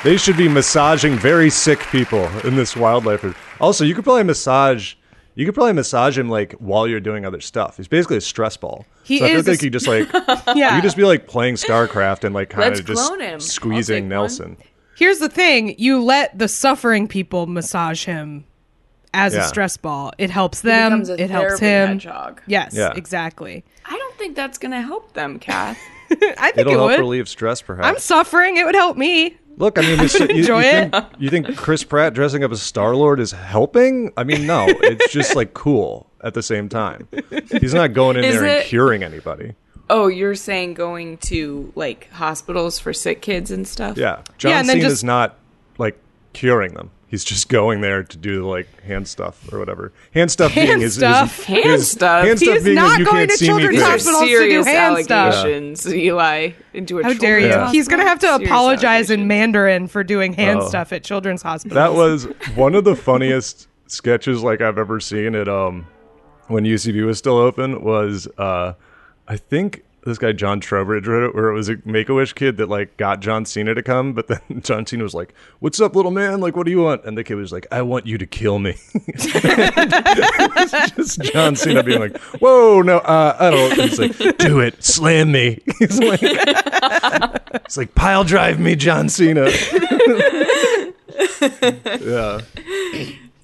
they should be massaging very sick people in this wildlife. Also, you could probably massage. You could probably massage him like while you're doing other stuff. He's basically a stress ball.
He
so I
is
feel
a
like you just like
yeah.
you just be like playing StarCraft and like kind
Let's
of just
clone him. I'll take
squeezing
one.
Nelson.
Here's the thing you let the suffering people massage him as
Yeah.
a stress ball. It helps them,
becomes a
it helps
therapy
him.
hedgehog.
Yes,
Yeah.
exactly.
I don't think that's gonna help them, Kath.
I think
It'll help
it would.
relieve stress, perhaps.
I'm suffering. It would help me.
Look, I mean, this, you, you
enjoy
think, you think Chris Pratt dressing up as Star Lord is helping? I mean, no. It's just like cool at the same time. He's not going in
Is
there
it-
and curing anybody.
oh, you're saying going to like hospitals for sick kids and stuff?
Yeah, John
and then
Cena's
just-
not like curing them. He's just going there to do like hand stuff or whatever. Hand stuff being
Hand
his,
stuff.
his
Hand
his-
stuff?
Hand stuff
He's
being his
not
you
going
can't
to
see me thing.
children's
These are
hospitals to do
serious
hand stuff.
allegations, Eli. Into a
How dare you?
Yeah.
children's
He's
hospital?
going to have to
Serious
apologize in
allegations.
Mandarin for doing hand
Oh.
stuff at children's hospitals.
That was one of the funniest sketches like I've ever seen at um when UCB was still open was uh I think this guy John Trowbridge wrote it where it was a Make a Wish kid that like got John Cena to come, but then John Cena was like, "What's up, little man? Like, what do you want?" And the kid was like, "I want you to kill me." it's just John Cena being like, "Whoa, no, uh, I don't." He's like, "Do it, slam me." He's like, "It's like pile drive me, John Cena." yeah,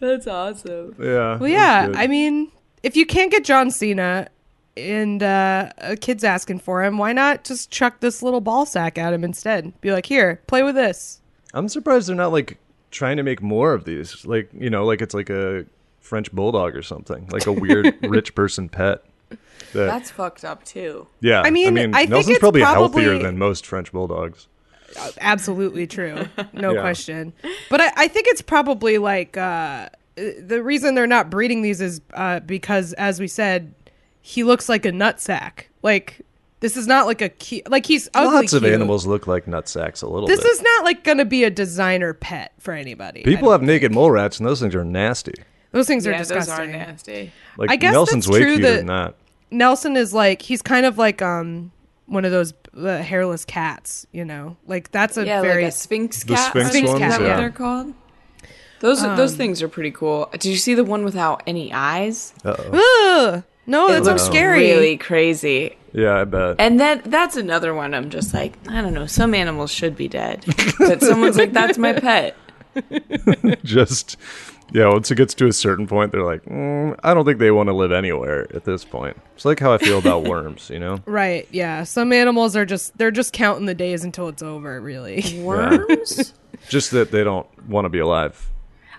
That's awesome.
yeah.
Well, yeah. I mean, if you can't get John Cena and uh, a kid's asking for him, why not just chuck this little ball sack at him instead? Be like, here, play with this.
I'm surprised they're not like trying to make more of these. Like you know, like it's like a French bulldog or something, like a weird rich person pet. That-
That's fucked up too.
yeah,
I mean, I think
Nelson's
it's
probably, healthier
probably-
than most French bulldogs.
absolutely true no
Yeah.
question but I, I think it's probably like uh the reason they're not breeding these is uh because as we said he looks like a nutsack like this is not like a cute like he's ugly
Lots of
cute.
animals look like nutsacks a little
this
bit.
is not like gonna be a designer pet for anybody I
People
don't-
have naked mole rats, and those things are nasty.
those things are
yeah, those are
disgusting
nasty.
Like
I guess
Nelson's
that's
way
true
cuter
that-
than that.
nelson is like he's kind of like um one of those uh, hairless cats you you know like that's a
Yeah,
very
like a sphinx
The
cat.
sphinx
Sphinx
ones,
cat. Is that
yeah.
what they're called? Those
Um,
those things are pretty cool. Did you see the one without any eyes?
Ugh! no that's so
looks
scary
Really crazy.
Yeah, I bet.
And then that's another one. I'm just like, I don't know. Some animals should be dead, but someone's like, that's my pet.
Just yeah, once it gets to a certain point, they're like, mm, I don't think they want to live anywhere at this point. It's like how I feel about worms, you know.
Right, yeah. Some animals are just they're just counting the days until it's over, really.
Worms.
Just that they don't want to be alive.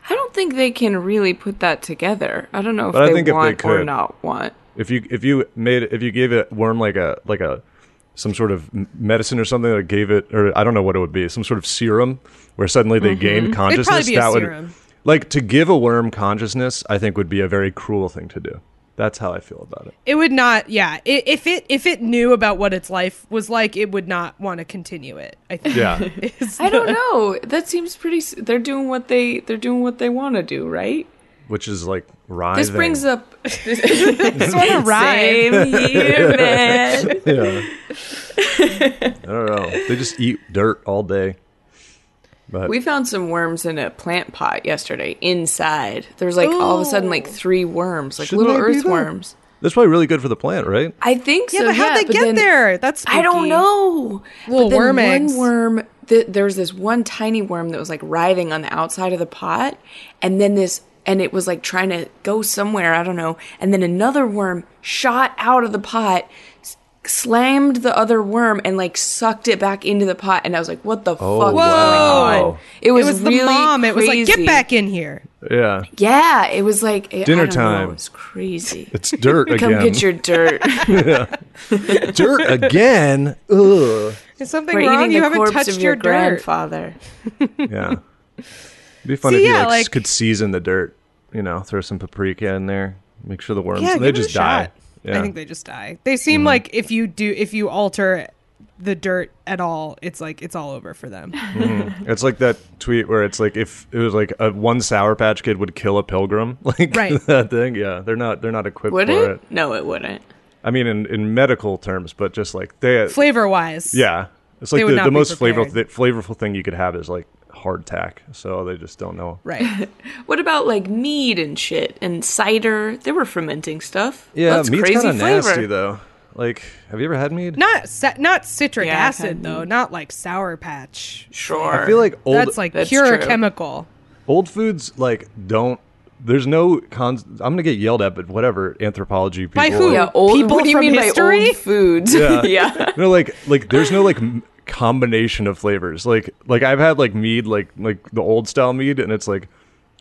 I don't think they can really put that together. I don't know if
But I
they
think if they
want or
could.
not want.
If you if you made if you gave it worm like a like a some sort of m- medicine or something that gave it or I don't know what it would be some sort of serum where suddenly
Mm-hmm.
they gained consciousness
be a
that would
serum.
like to give a worm consciousness I think would be a very cruel thing to do. That's how I feel about it.
It would not, yeah. I if it if it knew about what its life was like, it would not want to continue it. I think.
Yeah.
It's-
I don't know. That seems pretty. s- They're doing what they they're doing what they want to do, right?
which is like writhing.
This brings up
It's sort of right.
same here, man.
Yeah. I don't know. They just eat dirt all day. But
We found some worms in a plant pot yesterday inside. There was like all of a sudden like three worms, like
Shouldn't
little
they be there?
earthworms.
that's probably really good for the plant, right?
I think
Yeah,
so.
but how'd they get
then-
there? That's
I don't
spooky.
know.
Little
but then
worm
one
eggs.
worm. Th- there was this one tiny worm that was like writhing on the outside of the pot, and then this, and it was like trying to go somewhere. I don't know. And then another worm shot out of the pot, s- slammed the other worm, and like sucked it back into the pot. And I was like, "What the fuck?" is
Oh, wow.
going on? It
It
was,
was the
really
mom. It was like,
crazy.
get back in here.
Yeah.
Yeah, it was like I- I
Dinner
don't know,
time.
It was crazy.
It's dirt again.
Come get your dirt.
dirt again. Ugh.
Is something
We're
wrong?
eating
You
the
haven't
corpse
touched
of your,
dirt.
grandfather.
Yeah. It'd be fun
See,
if you
yeah,
like,
like-
could season the dirt, you know, throw some paprika in there, make sure the worms
Yeah,
they
give it
just
a
die. Mm-hmm.
shot. I think they just die. They seem like if you do, if you alter the dirt at all, it's like it's all over for them.
It's like that tweet where it's like if it was like a one sour patch kid would kill a pilgrim, like
Right.
that thing. Yeah, they're not they're not equipped
Would
for
it?
it.
No, it wouldn't.
I mean, in, in medical terms, but just like they,
Flavor wise,
yeah, it's
They
like
would
the,
not
the
be
most flavorful
prepared.
th- flavorful thing you could have is like hardtack. So they just don't know.
right.
What about like mead and shit and cider? They were fermenting stuff.
Yeah,
That's
meat's
crazy
kind of nasty
flavor.
though. Like, have you ever had mead?
Not sa- not citric
Yeah, I've
acid
had
though.
meat.
Not like sour patch.
Sure.
I feel like old
That's like
That's
pure
true.
chemical.
old foods like don't there's no cons i'm gonna get yelled at but whatever anthropology people
By who?
yeah, old.
People
what do you
from
mean by
history?
old foods?
Yeah.
Yeah.
you know, like like there's no like m- combination of flavors like like i've had like mead like like the old style mead and it's like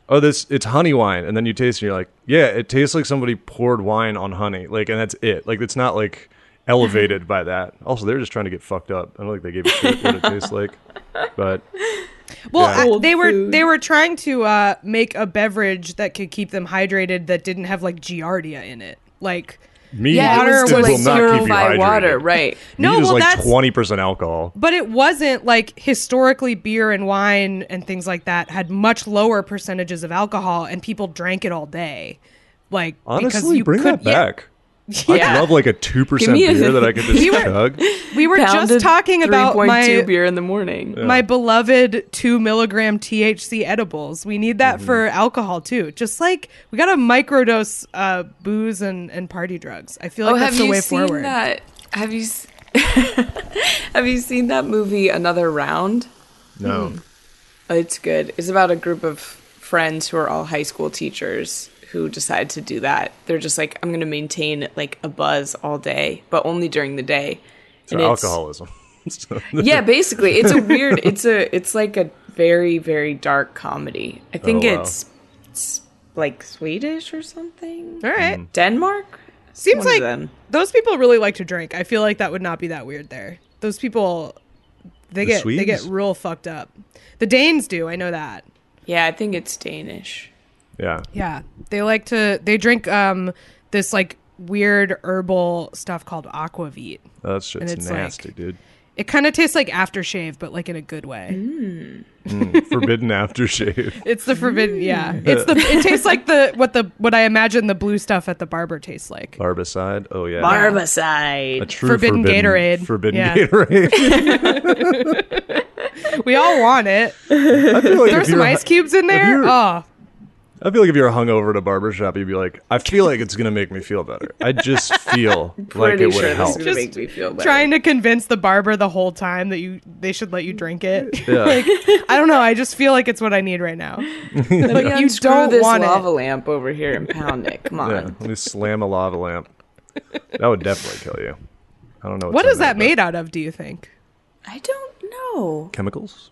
oh this it's honey wine and then you taste it and you're like yeah it tastes like somebody poured wine on honey like and that's it like it's not like elevated by that also they're just trying to get fucked up i don't think they gave a shit what it tastes like but
Well,
Yeah.
I-
Old
they were
food.
they were trying to uh, make a beverage that could keep them hydrated that didn't have like giardia in it. Like
mead
Yeah,
Water
it was to
will not
like
keep you
purify water,
hydrated.
right?
No,
mead is
well,
like
that's-
20% alcohol
but it wasn't like historically beer and wine and things like that had much lower percentages of alcohol and people drank it all day like because
Honestly,
you
bring
could
that back. I'd
Yeah.
love like a two percent
me a-
beer that I could just
We were-
chug.
Yeah, we were just
Pounded
talking about
3.2
my
beer in the morning.
my beloved two milligram thc edibles we
Mm-hmm.
need that for alcohol too just like we gotta microdose uh booze and and party drugs i feel like
oh,
that's
have
the
you
way
seen
forward
that? Have you s- have you seen that movie Another Round?
No,
It's good. It's about a group of friends who are all high school teachers who decide to do that. They're just like, I'm going to maintain like a buzz all day, but only during the day.
so alcoholism. So-
yeah, basically, it's a weird. It's a. It's like a very very dark comedy. I think
Oh, wow.
it's, it's like Swedish or something.
all
Mm.
right
Denmark.
Seems
One of
like
them.
those people really like to drink. I feel like that would not be that weird there. Those people, they
The
get they get
Swedes?
real fucked up. The Danes do. I know that.
Yeah, I think it's Danish.
yeah,
Yeah, they like to they drink um this like weird herbal stuff called aquavit.
that shit's
it's
nasty, dude.
It kind of tastes like aftershave, but like in a good way.
Forbidden aftershave.
It's the forbidden. Yeah, it's the it tastes like the what the what I imagine the blue stuff at the barber tastes like.
Barbicide. Oh yeah. A
Barbicide.
true
Forbidden Gatorade.
Forbidden
Yeah.
Gatorade.
We all want it.
I feel like
Throw
if
some
you're,
ice cubes in there.
you're-
Oh,
I feel like if you're hungover at a barber shop, you'd be like, I feel like it's gonna make me feel better. I just feel like
Pretty
it would
sure this is
help.
gonna
Just
make me feel better.
trying to convince the barber the whole time that you they should let you drink it.
Yeah.
like I don't know, I just feel like it's what I need right now.
Let me
you
unscrew
don't
this
want it.
lava lamp over here and pound it. Come on.
Yeah. Let me slam a lava lamp. That would definitely kill you. I don't know.
What
what's in
is that
there, but-
made out of, do you think?
I don't know.
Chemicals.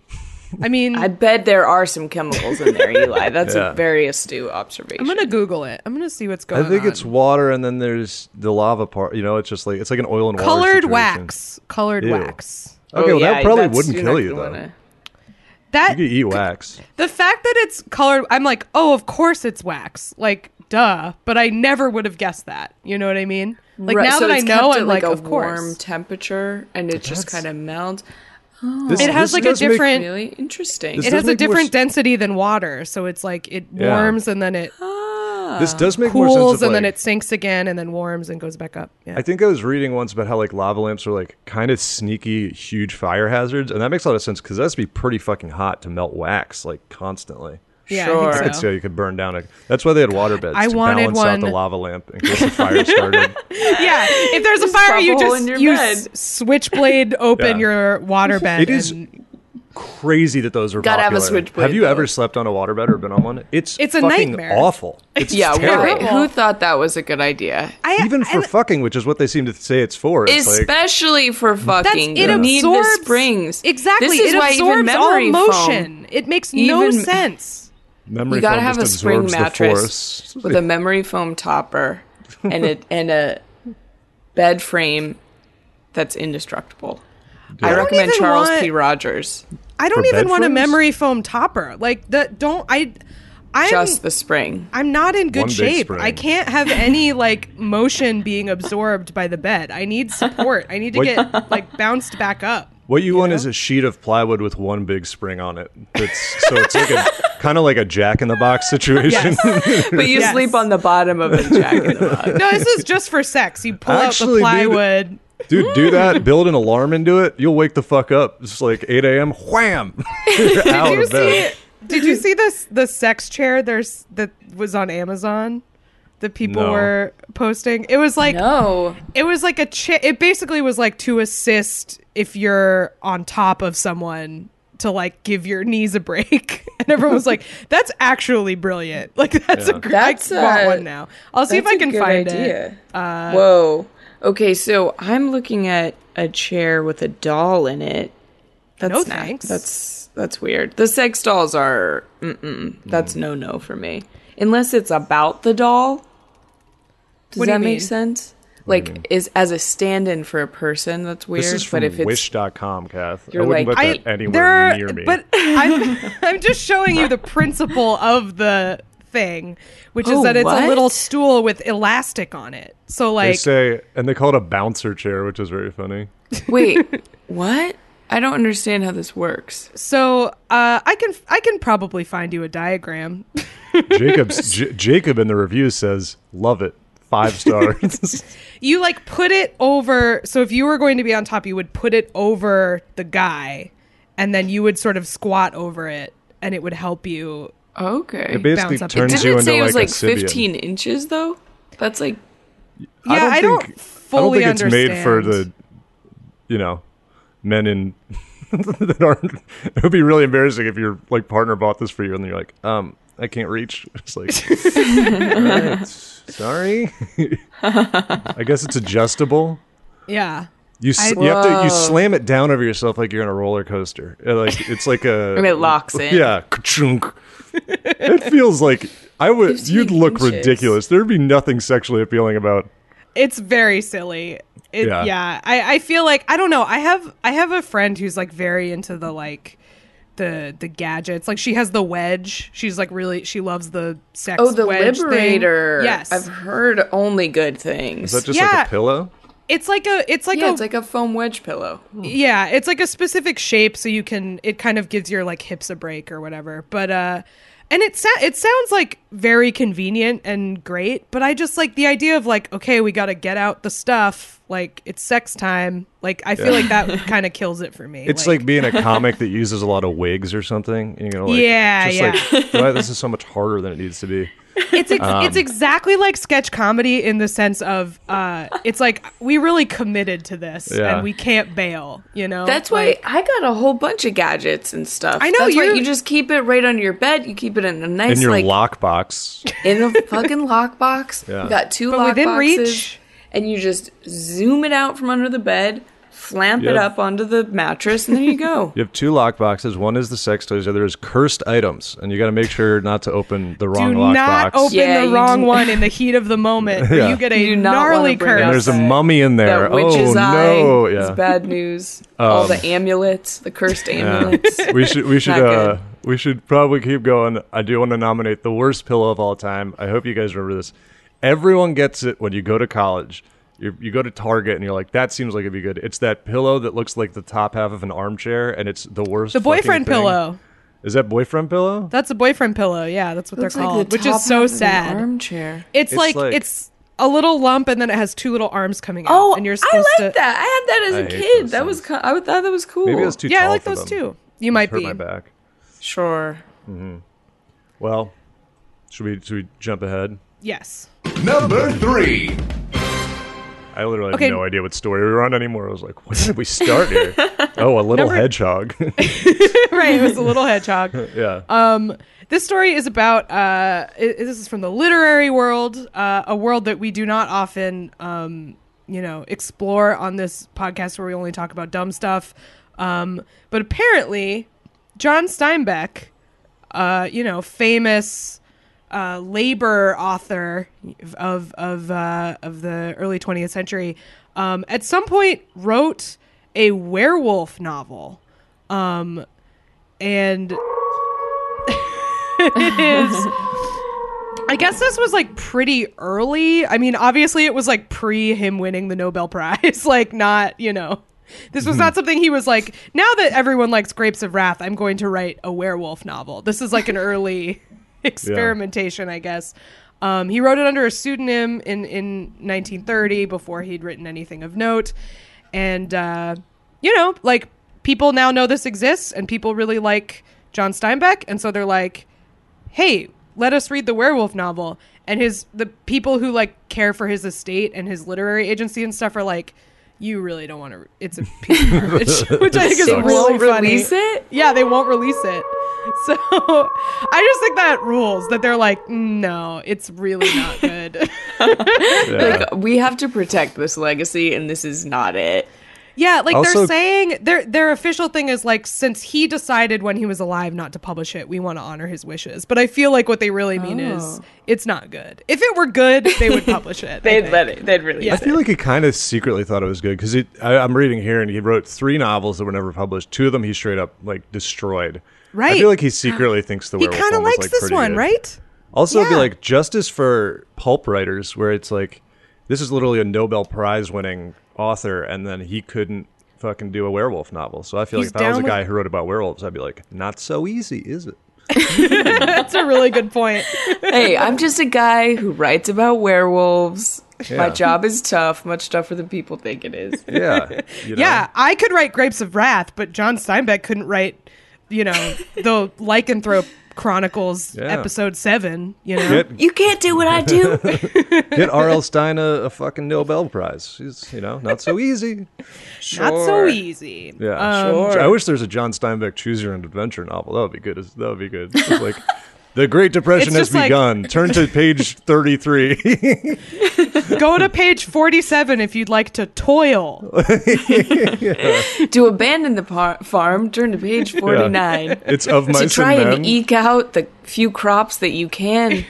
I mean,
I
I,
bet there are some chemicals in there, Eli. That's
Yeah.
a very astute observation.
am going to google it. I'm going to see what's going
I
on.
think it's water, and then there's the lava part. You know, it's just like it's like an oil and water
colored
situation.
wax. Colored
Ew.
wax.
Okay,
Oh,
well that
yeah,
probably
that's-
wouldn't
you're
kill
not
you though.
gonna wanna-
That
You could eat wax.
the fact that it's colored I'm like, "Oh, of course it's wax." Like, duh, but I never would have guessed that. You know what I mean? Like
Right,
now
so
that I
it's
know
kept
I'm
at,
like,
a
"Of
warm
course."
temperature, and it just
That's-
kind of melts.
This-
It has
this
like a
does make-
different
Really interesting.
This
it
does
has a
make more
different
s-
density than water, so it's like it
Yeah.
warms and then it
This does make more sense.
cools
of,
and then
like-
it sinks again and then warms and goes back up. Yeah.
I think I was reading once about how like lava lamps are like kind of sneaky, huge fire hazards, and that makes a lot of sense because that's be pretty fucking hot to melt wax like constantly.
yeah,
Sure.
I
I
think
could
so.
see how you could burn down. A, that's why they had water beds
I
to
wanted
balance out the
one-
lava lamp in case the fire started.
yeah. If there's a
Just
fire,
pop a
you
hole
just
in your
you
bed.
s- switchblade open
Yeah.
your water bed.
It is
and-
Crazy that those are
Gotta have a
popular.
switchblade,
you ever
though.
slept on a waterbed or been on one? It's
It's a
fucking
nightmare.
Awful. It's
yeah,
terrible.
right. Who thought that was a good idea?
I,
Even for
I-
fucking, which is what they seem to say it's for. It's like
Especially for fucking
it
you need the
absorbs-
springs.
Exactly.
This is
it
why even
absorbs all
memory
motion.
foam.
It makes no
Even-
sense.
memory
You gotta
foam
have a
just
spring
absorbs the
mattress
force.
with a memory foam topper and a and a bed frame that's indestructible. I recommend
even
Charles
want-
P. Rogers.
I don't
For
even
bed
want a
frames?
memory foam topper. Like the don't I I'm
Just the spring.
I'm not in
One
good
big
shape.
spring.
I can't have any like motion being absorbed by the bed. I need support. I need to
What-
get like bounced back up.
What you, want is a sheet of plywood with one big spring on it. That's so it's like a kind of like a jack in the box situation.
But you
Yes.
sleep on the bottom of the jack in the box.
No, this is just for sex. You pull
Actually,
out the
dude-
plywood.
Dude, do that. Build an alarm into it. You'll wake the fuck up. It's like 8 a.m. Wham! You're out
Did you
of
see?
bed.
Did you see this? The sex chair there's that was on Amazon. That people
No.
were posting. It was like
No.
it was like a cha- it basically was like to assist if you're on top of someone to like give your knees a break and everyone was like that's actually brilliant like that's a great
That's
I want
a-
one now i'll see if
That's
i
a
can
good
find it Uh,
idea. Whoa. Okay, so I'm looking at a chair with a doll in it. That's
No
not-
thanks.
That's that's weird. The sex dolls are mm-mm,
Hmm.
that's no no for me. Unless it's about the doll. Does
What do you
that make
mean?
sense? Like is as a stand-in for a person, that's weird.
Hmm. This is from
but if it's
wish.com, Kath. I
You're
wouldn't
like-
let that
I-
anywhere
there are-
near me.
but I'm, I'm just showing you the principle of the thing which is
Oh,
that it's a
what?
little stool with elastic on it so
they
like
say, and they call it a bouncer chair, which is very funny.
wait, what? I don't understand how this works.
so uh, i can i can probably find you a diagram
Jacob's, J- Jacob in the review says, love it. Five stars.
you like put it over so if you were going to be on top you would put it over the guy and then you would sort of squat over it and it would help you
Okay.
it basically
Bounce up.
turns
Didn't
you
it
into
say it
like
was
a
like
Sibian.
15 inches though? That's like
yeah i don't, fully
I don't think it's made for the,
understand.
you know, men in that aren't. It would be really embarrassing if your like partner bought this for you and you're like, um, I can't reach. It's like, "All right, s- sorry. I guess it's adjustable.
yeah
You, s-
I-
you have to you
Whoa.
slam it down over yourself like you're in a roller coaster. Uh, Like it's like a
it locks in.
Yeah, ka-chunk. it feels like I would.
Gives
You'd
me
look
goosebumps.
ridiculous. There'd be nothing sexually appealing about
it's very silly it,
Yeah.
yeah, I, I feel like i don't know i have i have a friend who's like very into the like the the gadgets like she has the wedge she's like really she loves the sex
Oh, the
wedge thing.
Liberator.
yes
I've heard only good things.
Is that just like
Yeah.
a pillow?
it's like a it's like
yeah,
a
it's like a foam wedge pillow.
Yeah, it's like a specific shape, so you can. It kind of gives your like hips a break or whatever. But uh, and it sa- it sounds like very convenient and great. But I just like the idea of like, okay, we got to get out the stuff. Like it's sex time. Like I feel like that kind of kills it for me.
It's like, being a comic that uses a lot of wigs or something. You know, like,
Yeah,
just Like, "Why- this is so much harder than it needs to be.
it's ex-
um,
it's exactly like sketch comedy in the sense of uh, it's like we really committed to this
Yeah.
and we can't bail. You know,
That's why I got a whole bunch of gadgets and stuff.
I know,
That's why
you're-
you just keep it right under your bed. You keep it in a nice
In your
like
lockbox,
in a fucking lockbox.
Yeah.
You got two
But
lock
within
boxes,
reach.
and you just zoom it out from under the bed, flamp it
Yep.
up onto the mattress, and there you go.
you have two lockboxes. One is the sex toys. The other is cursed items, and you got to make sure not to open the wrong
do
lockbox.
not open
Yeah,
the
you
wrong
do-
one in the heat of the moment. or
Yeah.
You get a
You do not wanna
gnarly
bring
curse.
up
and there's a
Outside.
mummy in there.
That
Oh
witch's eye
no!
is
Yeah, Um,
bad news. All the amulets, the cursed amulets.
we should we should
Not
uh,
good.
we should probably keep going. I do want to nominate the worst pillow of all time. I hope you guys remember this. Everyone gets it when you go to college. you you go to Target and you're like, that seems like it'd be good. It's that pillow that looks like the top half of an armchair, and it's the worst.
The
fucking
boyfriend
thing.
pillow.
Is that boyfriend pillow?
That's a boyfriend pillow. Yeah, that's what they're called, which is so sad.
Armchair.
It's,
It's
like,
like-
it's a little lump, and then it has two little arms coming out.
Oh,
and you're
I
supposed to.
like that. I had that as
I
a
hate
kid.
those
That was co- I would- thought that was cool.
Maybe I was too
Yeah, I
tall
like
for
those
them.
too. You might
Hurt
be.
my back.
sure.
Well, should we should we jump ahead?
Yes.
Number three.
I literally
Okay.
have no idea what story we were on anymore. I was like, when did we start here? oh, a little
Number-
hedgehog.
right. It was a little hedgehog.
yeah.
This story is about. Uh, i- this is from the literary world, uh, a world that we do not often, um, you know, explore on this podcast where we only talk about dumb stuff. Um, but apparently, John Steinbeck, uh, you know, famous uh, labor author of of uh, of the early 20th century, um, at some point wrote a werewolf novel, um, and it is. I guess this was like pretty early. I mean, obviously it was like pre him winning the Nobel Prize, like not, you know. This was not something he was like, now that everyone likes Grapes of Wrath, I'm going to write a werewolf novel. This is like an early experimentation, I guess. Um, he wrote it under a pseudonym in, in 1930 before he'd written anything of note. And, uh, you know, like people now know this exists and people really like John Steinbeck. And so they're like, hey let us read the werewolf novel and his the people who like care for his estate and his literary agency and stuff are like you really don't want to it's a piece of garbage which i think is
Sucks.
really
Won't
funny
release it?
yeah they won't release it so i just think that rules that they're like "Mm, no it's really not good
Yeah.
Like we have to protect this legacy, and this is not it.
Yeah, like
Also-
they're saying their their official thing is like since he decided when he was alive not to publish it, we want to honor his wishes. But I feel like what they really mean is it's not good. If it were good, they would publish it. I
Oh. They'd
think.
let it. They'd release
I
it.
feel like he kind of secretly thought it was good because I'm reading here and he wrote three novels that were never published. Two of them he straight up like destroyed. I
Right.
feel like he secretly thinks the
He
werewolf
kind of
one was,
likes
like,
this
pretty
one,
good.
right?
Also, it'd be
Yeah.
like justice for pulp writers, where it's like this is literally a Nobel Prize winning author, and then he couldn't fucking do a werewolf novel. So I feel
He's
like if I was a
down with-
guy who wrote about werewolves, I'd be like, not so easy, is it?
That's a really good point.
hey, I'm just a guy who writes about werewolves.
Yeah.
My job is tough, much tougher than people think it is.
Yeah, you know?
Yeah, I could write Grapes of Wrath, but John Steinbeck couldn't write, you know, the Lycanthrope Chronicles
Yeah.
episode 7, you know.
Get
You can't do what I do.
get R.L. Stein a, a fucking Nobel Prize. She's you know not so easy.
Not so easy. Um,
Yeah,
Sure.
I wish there's a John Steinbeck choose your own adventure novel. That would be good. as- That would be good. It's like. The Great Depression
It's
has
just like-
begun. Turn to page 33.
Go to page 47 if you'd like to toil.
to abandon the par- farm, turn to page 49.
it's of my
To try and
E
eke out the few crops that you can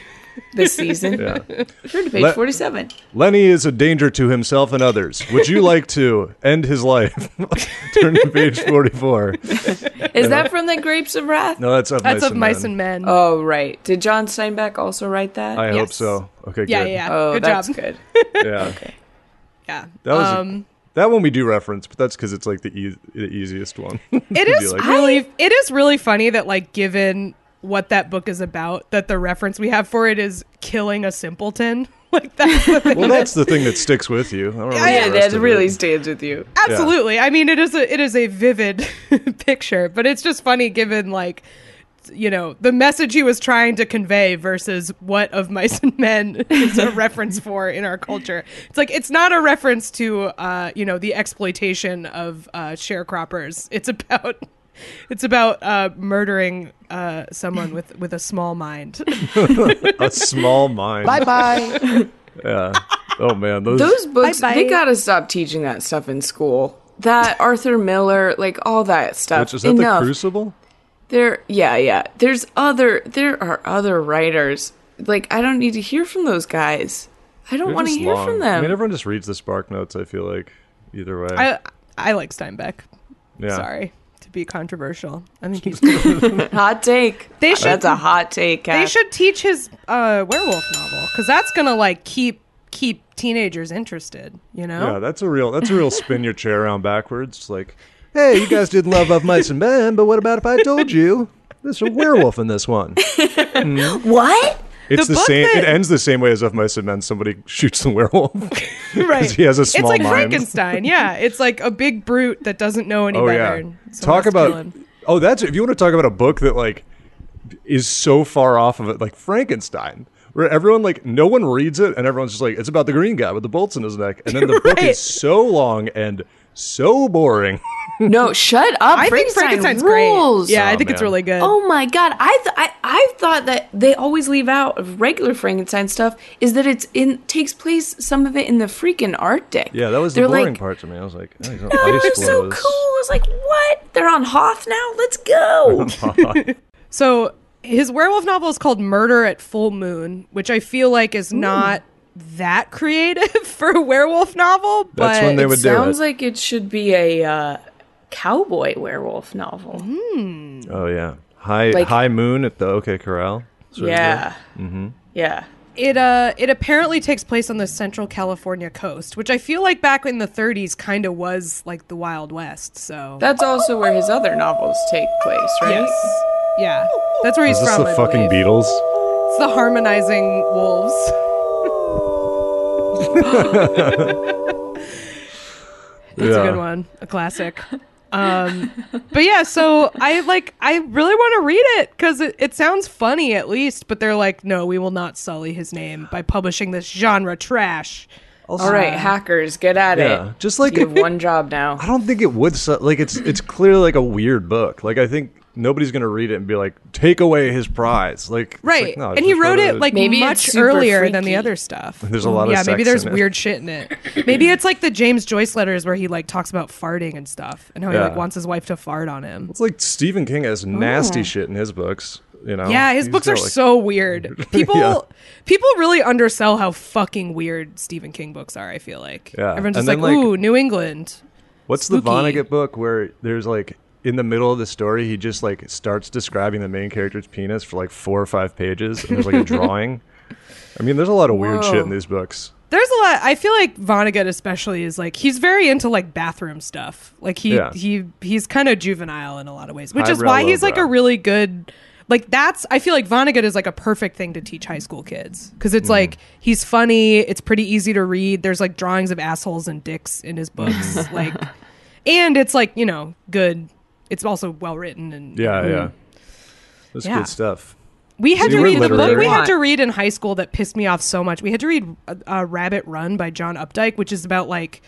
this season. Turn to page
Let-
47.
Lenny is a danger to himself and others. Would you like to end his life? Turn to page 44.
Is that from the Grapes of Wrath?
No, that's of
That's
mice
of
and
mice
men.
and men.
Oh, right. Did John Steinbeck also write that?
I hope
Yes.
so. Okay,
yeah,
good.
yeah, yeah.
oh,
good
that's
job.
good.
Yeah.
Yeah.
That was a-
um,
that one we do reference, but that's because it's like the, e- the easiest one.
it
You'd be
is
like-
really it is really funny that like given what that book is about, that the reference we have for it is killing a simpleton. Like that's the thing.
well, that's the thing that sticks with you. I don't know
Oh, Yeah,
the rest
that
of
really
it.
stands with you.
Absolutely. I mean, it is a it is a vivid picture, but it's just funny given like you know the message he was trying to convey versus what of mice and men is a reference for in our culture. It's like it's not a reference to uh, you know the exploitation of uh, sharecroppers. It's about it's about uh, murdering uh, someone with with a small mind.
A small mind. Bye bye. yeah. Oh, man. Those,
Those books, they gotta stop teaching that stuff in school. That Arthur Miller, like all that stuff.
which, is that
Enough.
the Crucible?
There, yeah, yeah. There's other. There are other writers. Like I don't need to hear from those guys. I don't
They're
want to
just
hear
long.
from
I mean,
them.
everyone just reads the Spark Notes, I feel like, either way.
I I like Steinbeck.
yeah.
Sorry to be controversial. I think he's
hot take.
They
They should,
should-
That's a hot take.
They
Kath.
should teach his uh, werewolf novel because that's gonna like keep keep teenagers interested. You know,
Yeah, that's a real that's a real spin your chair around backwards. Like, hey, you guys didn't love Of Mice and Men, but what about if I told you? There's a werewolf in this one. Hmm?
What?
It's
The
the,
book
same.
that-
It ends the same way as if Most Men. Somebody shoots the werewolf.
right.
he has a
it's
small
like
mind.
Frankenstein. Yeah, it's like a big brute that doesn't know any
oh
better.
yeah.
and
Talk
someone has to kill
about.
him.
Oh, that's if you want to talk about a book that like is so far off of it, like Frankenstein, where everyone like no one reads it and everyone's just like it's about the green guy with the bolts in his neck, and then the book
Right.
is so long and so boring.
No, shut up.
I think Frankenstein's
rules.
great. Yeah, I
Oh,
think it's
man.
really good.
Oh my god, I, th- I I thought that they always leave out of regular Frankenstein stuff is that it's in takes place some of it in the freaking Arctic.
Yeah, that was
They're
the boring
like,
part to me. I was like, oh,
Oh, they're so cool. I was like, what? They're on Hoth now. Let's go.
So his werewolf novel is called Murder at Full Moon, which I feel like is not that creative for a werewolf novel. But
That's when they would do it.
Sounds like it should be a uh, cowboy werewolf novel.
Mm-hmm.
oh yeah, high
Like-
high moon at the OK Corral. Sort of
yeah.
Mm-hmm.
Yeah.
it uh it apparently takes place on the central California coast, which I feel like back in the 30s kind of was like the Wild West. So
That's also where his other novels take place, right?
yes, yeah, that's where he's
Is this
from.
the
I
fucking
believe.
Beatles?
It's the harmonizing wolves. That's a good one, a classic. Um, but yeah, so I like I really want to read it because it, it sounds funny at least. But they're like, no, we will not sully his name by publishing this genre trash.
All right, hackers, get at
Yeah,
it.
just like-
you have one job now.
I don't think it would. Su- like it's it's clearly like a weird book. Like I think nobody's gonna read it and be like, take away his prize. Like it's like,
Right,
no,
and he
just
wrote
go
it
to-
like
Maybe it's
much
super
earlier than the
freaky.
other stuff.
There's a lot of
yeah. Maybe
sex
there's
in it.
weird shit in it. Maybe it's like the James Joyce letters where he like talks about farting and stuff, and how he like
Yeah.
wants his wife to fart on him.
it's like Stephen King has nasty shit in his books. You know?
Oh. Yeah,
Oh,
his
He's
books
got,
are
like-
so weird. People people really undersell how fucking weird Stephen King books are, I feel like.
Yeah.
Everyone's
And
just like,
then, like-
ooh, New England.
What's the
spooky.
Vonnegut book where there's like in the middle of the story he just like starts describing the main character's penis for like four or five pages and there's like a drawing. I mean, there's a lot of weird shit in these books.
There's a lot I feel like Vonnegut especially is like he's very into like bathroom stuff. Like he
Yeah.
he he's kind of juvenile in a lot of ways, which is
Highbrow,
why he's like a
lowbrow.
really good like that's I feel like Vonnegut is like a perfect thing to teach high school kids cuz it's like he's funny, it's pretty easy to read. There's like drawings of assholes and dicks in his books like and it's like, you know, good. It's also well written and
Yeah, yeah. That's
Hmm. Yeah.
good stuff.
We had
See,
to
we're
read the book
literary.
we had
Want.
to read in high school that pissed me off so much. We had to read uh, uh, Rabbit Run by John Updike, which is about like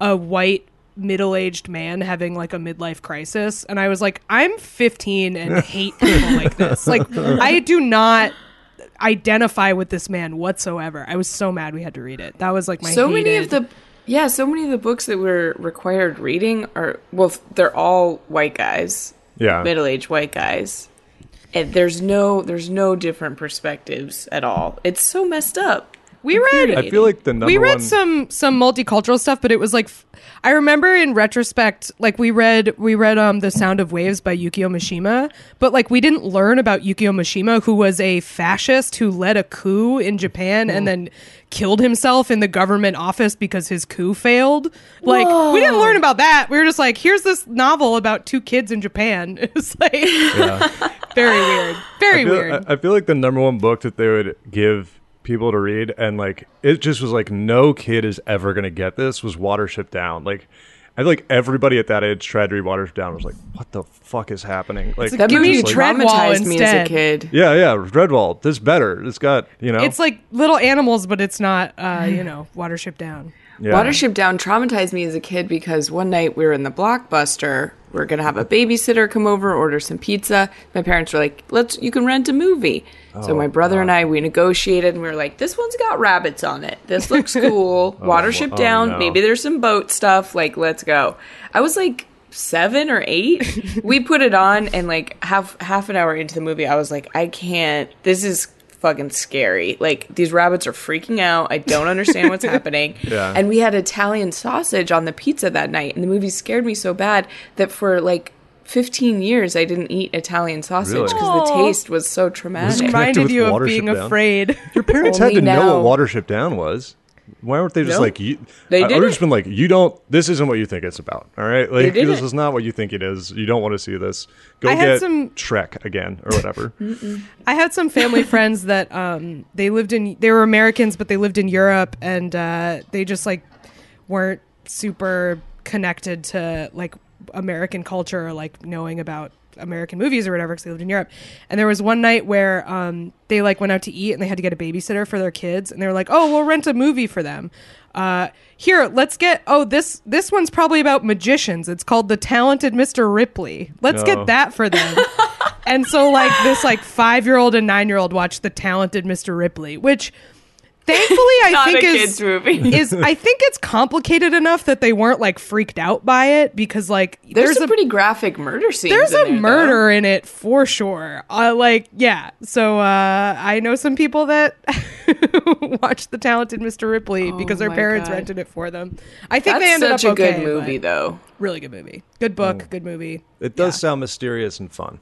a white middle-aged man having like a midlife crisis and I was like I'm 15 and hate people like this. Like I do not identify with this man whatsoever. I was so mad we had to read it. That was like my
so many of
hated-
the yeah so many of the books that were required reading are well they're all white guys
Yeah.
middle-aged white guys and there's no there's no different perspectives at all it's so messed up
We read
I feel like the number
we read
one
some some multicultural stuff but it was like f- i remember in retrospect like we read we read um the sound of waves by yukio mishima but like we didn't learn about yukio mishima who was a fascist who led a coup in japan
Hmm.
and then killed himself in the government office because his coup failed like we didn't learn about that we were just like here's this novel about two kids in japan it's like very weird very
I feel,
weird
I, I feel like the number one book that they would give people to read, and like it just was like no kid is ever gonna get this was Watership Down. Like I feel like everybody at that age tried to read Watership Down. and Was like, what the fuck is happening? Like
that
Give
movie
me
just, like,
Dread-
traumatized
Dreadwall
me as a
instead.
kid
yeah, yeah, Redwall. This better. It's got you know.
it's like little animals but it's not uh
Hmm.
you know watership down
yeah.
Watership Down traumatized me as a kid because one night we were in the Blockbuster. We are gonna have a babysitter come over, order some pizza. My parents were like, "Let's, you can rent a movie."
Oh,
so my brother and I we negotiated, and we were like, "This one's got rabbits on it. This looks cool. Watership
oh,
Down.
no.
Maybe there's some boat stuff. Like, let's go." I was like seven or eight. we put it on, and like half half an hour into the movie, I was like, "I can't. This is." fucking scary like these rabbits are freaking out i don't understand what's happening
Yeah.
and we had Italian sausage on the pizza that night, and the movie scared me so bad that for like 15 years I didn't eat Italian sausage
Really?
because
Aw.
the taste was so traumatic.
Connected
reminded
with
you of
Watership
being
Down.
afraid.
your parents had
Only
to know
now.
what Watership Down was. Why aren't they just
No.
like you?
They
I- I
did
would've
it.
just been like, you don't. This isn't what you think it's about. All right, like
did
this
it.
is not what you think it is. You don't want to see this. Go
I had
get
some-
Trek again or whatever.
I had some family friends that um, they lived in. They were Americans, but they lived in Europe, and uh, they just like weren't super connected to like American culture or like knowing about American movies or whatever because they lived in Europe. And there was one night where um, they like went out to eat and they had to get a babysitter for their kids, and they were like, "Oh, we'll rent a movie for them." Uh, here, let's get. Oh, this this one's probably about magicians. It's called The Talented Mr. Ripley. Let's
Oh.
get that for them. And so like this like five year old and nine year old watched the talented Mr. Ripley, which thankfully I
Not
think
a
is
kids movie.
is I think it's complicated enough that they weren't like freaked out by it because like
There's,
there's,
some
a
pretty graphic murder scenes.
there's
in
a
there, though.
murder in it for sure. Uh, like yeah, so uh, I know some people that watched the talented Mr. Ripley because their
Oh my
parents
God.
rented it for them. I think
That's
they ended
such
up
a good
okay,
movie,
but
though.
Really good movie. Good book. Good movie.
Mm. It does sound mysterious and fun.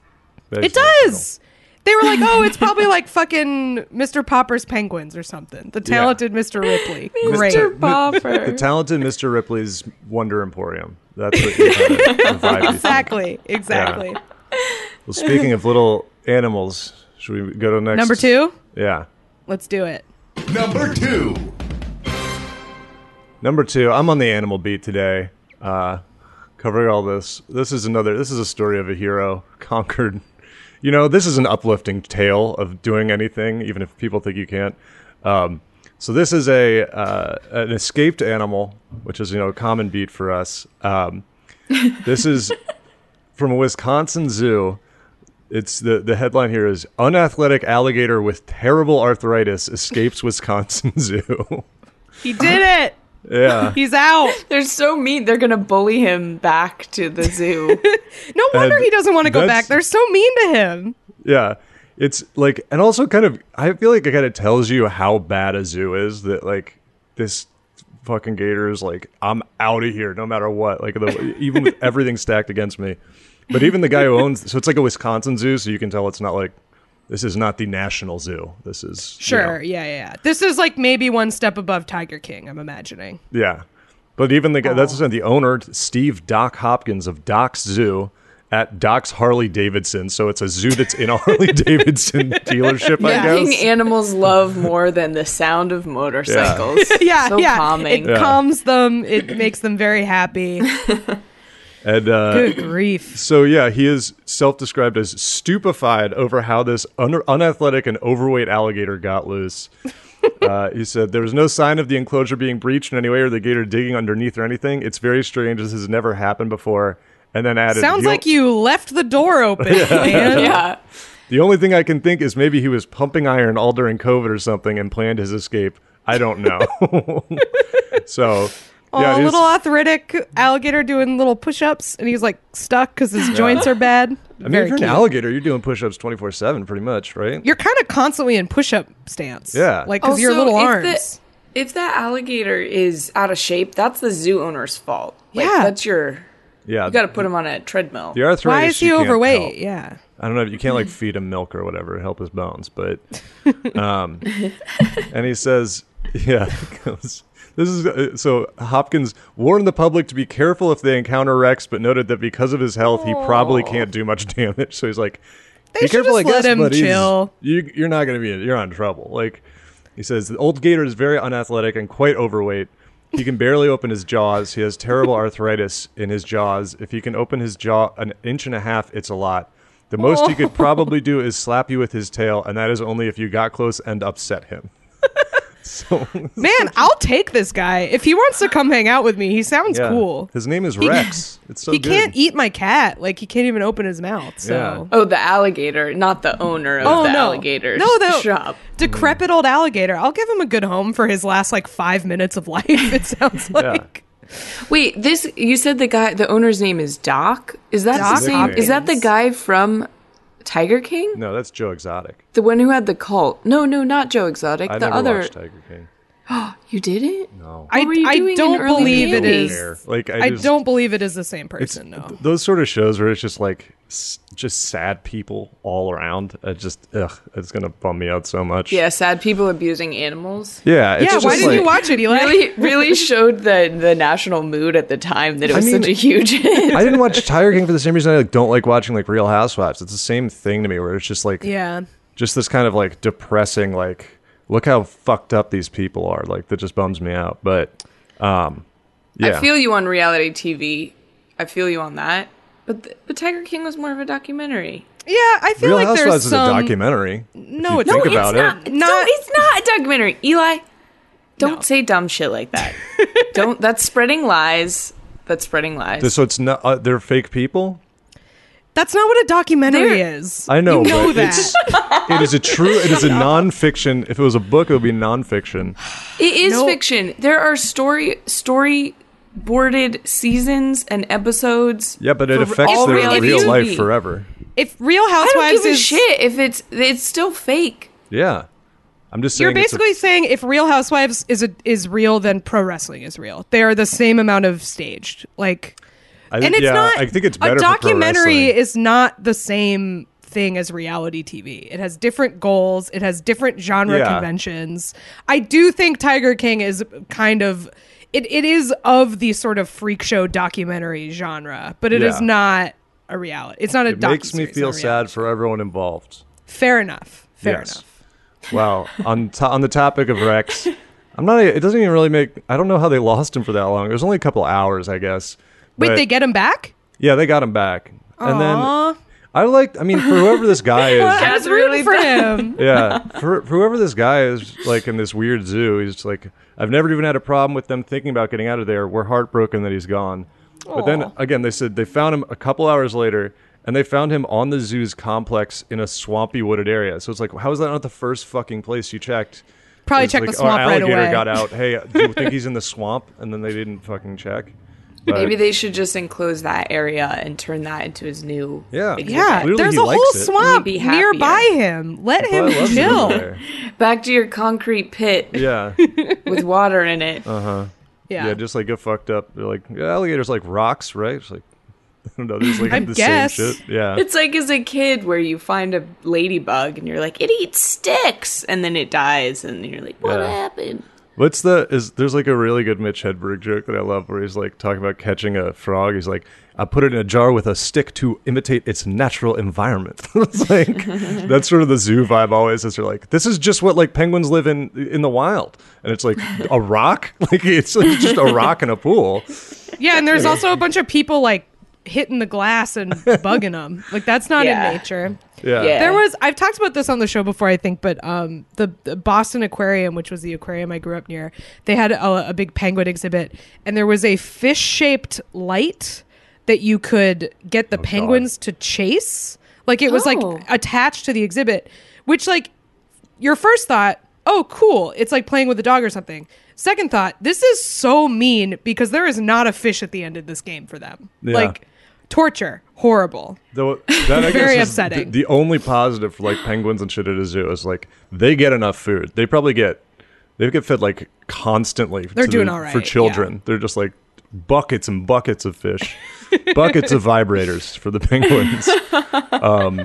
It does. They were like, "Oh, it's probably like fucking Mr. Popper's Penguins or something." The talented Mr. Ripley, great.
Mr. Popper.
The talented Mr. Ripley's Wonder Emporium. That's what you had a vibe you think.
Exactly, exactly.
Well, speaking of little animals, should we go to next?
Number two,
Yeah.
let's do it.
Number two.
Number two, I'm on the animal beat today, uh, covering all this. This is another. This is a story of a hero conquered. You know, this is an uplifting tale of doing anything, even if people think you can't. Um, so this is a uh, an escaped animal, which is you know a common beat for us. Um, this is from a Wisconsin zoo. It's the the headline here is unathletic alligator with terrible arthritis escapes Wisconsin zoo.
He did it.
yeah.
He's out.
They're so mean. They're gonna bully him back to the zoo.
No wonder
And
he doesn't want to go
that's-
back. They're so mean to him.
Yeah. It's like, and also kind of, I feel like it kind of tells you how bad a zoo is that, like, this fucking gator is like, I'm out of here no matter what. Like, the, even with everything stacked against me. But even the guy who owns, so it's like a Wisconsin zoo, so you can tell it's not like, this is not the national zoo. This is. you know,
Sure. Yeah, yeah, yeah. This is like maybe one step above Tiger King. I'm imagining.
Yeah. But even the guy, that's what I said, the owner, Steve Doc Hopkins of Doc's Zoo at Doc's Harley Davidson. So it's a zoo that's in a Harley Davidson dealership, I guess.
Thing animals love more than the sound of motorcycles.
Yeah,
so
yeah.
calming.
It calms them. It makes them very happy.
And, uh,
Good grief.
So yeah, he is self-described as stupefied over how this un- unathletic and overweight alligator got loose. uh, he said there was no sign of the enclosure being breached in any way or the gator digging underneath or anything. It's very strange. This has never happened before. And then added,
Sounds
"The o-
like you left the door open, man.
yeah.
The only thing I can think is maybe he was pumping iron all during COVID or something and planned his escape. I don't know. so yeah,
Oh,
he's-
little arthritic alligator doing little push-ups, and he's like stuck because his joints are bad.
I mean, if you're an alligator, you're doing push-ups 24/7, pretty much, right?
You're kind of constantly in push-up stance.
Yeah.
like because your little
Oh, if the-
arms.
if that alligator is out of shape, that's the zoo owner's fault. Like,
Yeah.
that's your.
yeah,
You got to put him on a treadmill.
the arthritis.
Why is he
you can't
overweight?
help.
Yeah.
I don't know if you can't like feed him milk or whatever, help his bones, but um and he says, yeah, he goes, this is uh, so Hopkins warned the public to be careful if they encounter Rex, but noted that because of his health, he probably can't do much damage. So he's like,
They
be
should
careful,
just
I
let
guess,
him
but he's-
chill.
You, you're not going to be, you're on trouble. Like he says, the old gator is very unathletic and quite overweight. He can barely open his jaws. He has terrible arthritis in his jaws. If he can open his jaw an inch and a half, it's a lot. The most he could probably do is slap you with his tail, and that is only if you got close and upset him. so
Man, I'll take this guy if he wants to come hang out with me. He sounds
yeah.
cool.
His name is Rex. It's so
he
good.
can't eat my cat. Like he can't even open his mouth. So.
Oh, the alligator, not the owner of
Oh
the
no!
alligator
No, the
shop.
decrepit old alligator. I'll give him a good home for his last like five minutes of life. It sounds like
Wait, this you said the guy, the owner's name is Doc. Is that
Doc
the same?
Hopkins.
Is that the guy from Tiger King?
No, that's Joe Exotic.
The one who had the cult? No, no, not Joe Exotic.
I
the
never
other.
watched Tiger King.
you didn't?
No.
I,
were you
I
doing in
don't
early
believe it
days?
is.
Like I,
I
just,
don't believe it is the same
It's
person. No.
th- those sort of shows where it's just like s- just sad people all around. It just ugh, it's gonna bum me out so much.
Yeah, sad people abusing animals.
Yeah. It's
Yeah,
just
why didn't you
like-
watch it, Eli?
Really, really showed the the national mood at the time that it
I
was
mean-
such a huge hit.
I didn't watch Tiger King for the same reason I like, don't like watching like Real Housewives. It's the same thing to me where it's just like
Yeah.
just this kind of like depressing like look how fucked up these people are like that just bums me out but um yeah
I feel you on reality TV. I feel you on that. But th- but Tiger King was more of a documentary.
Yeah, I feel
real
like there's
housewives is
some
a documentary
No, it's
think
not.
about
it's not.
it
no,
Not-
it's not a documentary. Eli, don't say dumb shit like that. don't. That's spreading lies. That's spreading lies.
so it's not uh, they're fake people
That's not what a documentary
There-
is.
I know,
You know
but
that.
it's it is a true it is a nonfiction if it was a book it would be nonfiction
It is
No.
fiction. There are story storyboarded seasons and episodes.
yeah but it
for
affects
all
their
reality
real life
TV.
forever
if Real
I don't
Housewives
give a
is
shit if it's it's still fake.
yeah I'm just saying
you're
it's a-
basically saying if Real Housewives is a, is real, then pro wrestling is real. They are the same amount of staged. Like,
I think-
and it's
yeah,
not.
I think it's
a
better for pro
documentary
wrestling.
is not the same thing as reality TV. It has different goals. It has different genre
Yeah.
conventions. I do think Tiger King is kind of. It, it is of the sort of freak show documentary genre, but it is
Yeah.
not a reality. It's not a.
it makes me feel
docuseries, not a reality.
sad for everyone involved
Fair enough. Fair
Yes.
enough.
Wow. on to- on the topic of Rex, I'm not. It doesn't even really make. I don't know how they lost him for that long. It was only a couple hours, I guess.
Wait,
But-
they get him back?
Yeah, they got him back. And then
Aw.
I liked. I mean, for whoever this guy
I
is,
was
That's
rooting
really
for him.
yeah, for, for whoever this guy is, like in this weird zoo, he's just like, I've never even had a problem with them thinking about getting out of there. We're heartbroken that he's gone. But then again, they said they found him a couple hours later. And they found him on the zoo's complex in a swampy wooded area. So it's like, how is that not the first fucking place you checked?
Probably
It's
check
like,
the swamp
our
right
alligator
away.
got out. Hey, do you think he's in the swamp? And then they didn't fucking check. But-
Maybe they should just enclose that area and turn that into his new.
Yeah.
exhibit.
Yeah,
Clearly
there's
he
a
likes
whole
it.
swamp
He'd be happier.
nearby him. Let
Well, I
him
love it over
chill.
there.
Back to your concrete pit
Yeah. Uh-huh.
with water in it.
Yeah.
Yeah. Just like get fucked up. They're like yeah, alligators like rocks, right? It's like I don't know. There's like
I
the
guess.
same shit. Yeah.
It's like as a kid where you find a ladybug and you're like, it eats sticks, and then it dies, and you're like, what
Yeah.
happened?
What's the is there's like a really good Mitch Hedberg joke that I love where he's like talking about catching a frog. He's like, I put it in a jar with a stick to imitate its natural environment. it's like that's sort of the zoo vibe always is they're like, this is just what like penguins live in in the wild. And it's like a rock? Like it's like just a rock in a pool.
Yeah, and there's also a bunch of people like hitting the glass and bugging them. Like that's not
Yeah.
in nature.
Yeah.
Yeah.
There was I've talked about this on the show before, I think, but um, the, the Boston Aquarium, which was the aquarium I grew up near, they had a, a big penguin exhibit, and there was a fish shaped light that you could get the penguins to chase. Like it was
Oh.
like attached to the exhibit, which like your first thought, oh cool, it's like playing with a dog or something. Second thought, this is so mean because there is not a fish at the end of this game for them.
Yeah.
Like torture, horrible.
Though that I guess
Very
is
upsetting.
The, the only positive for like penguins and shit at a zoo is like they get enough food. They probably get they get fed like constantly.
They're
to
doing
the-
all right,
for
yeah.
children. They're just like buckets and buckets of fish, buckets of vibrators for the penguins. Um,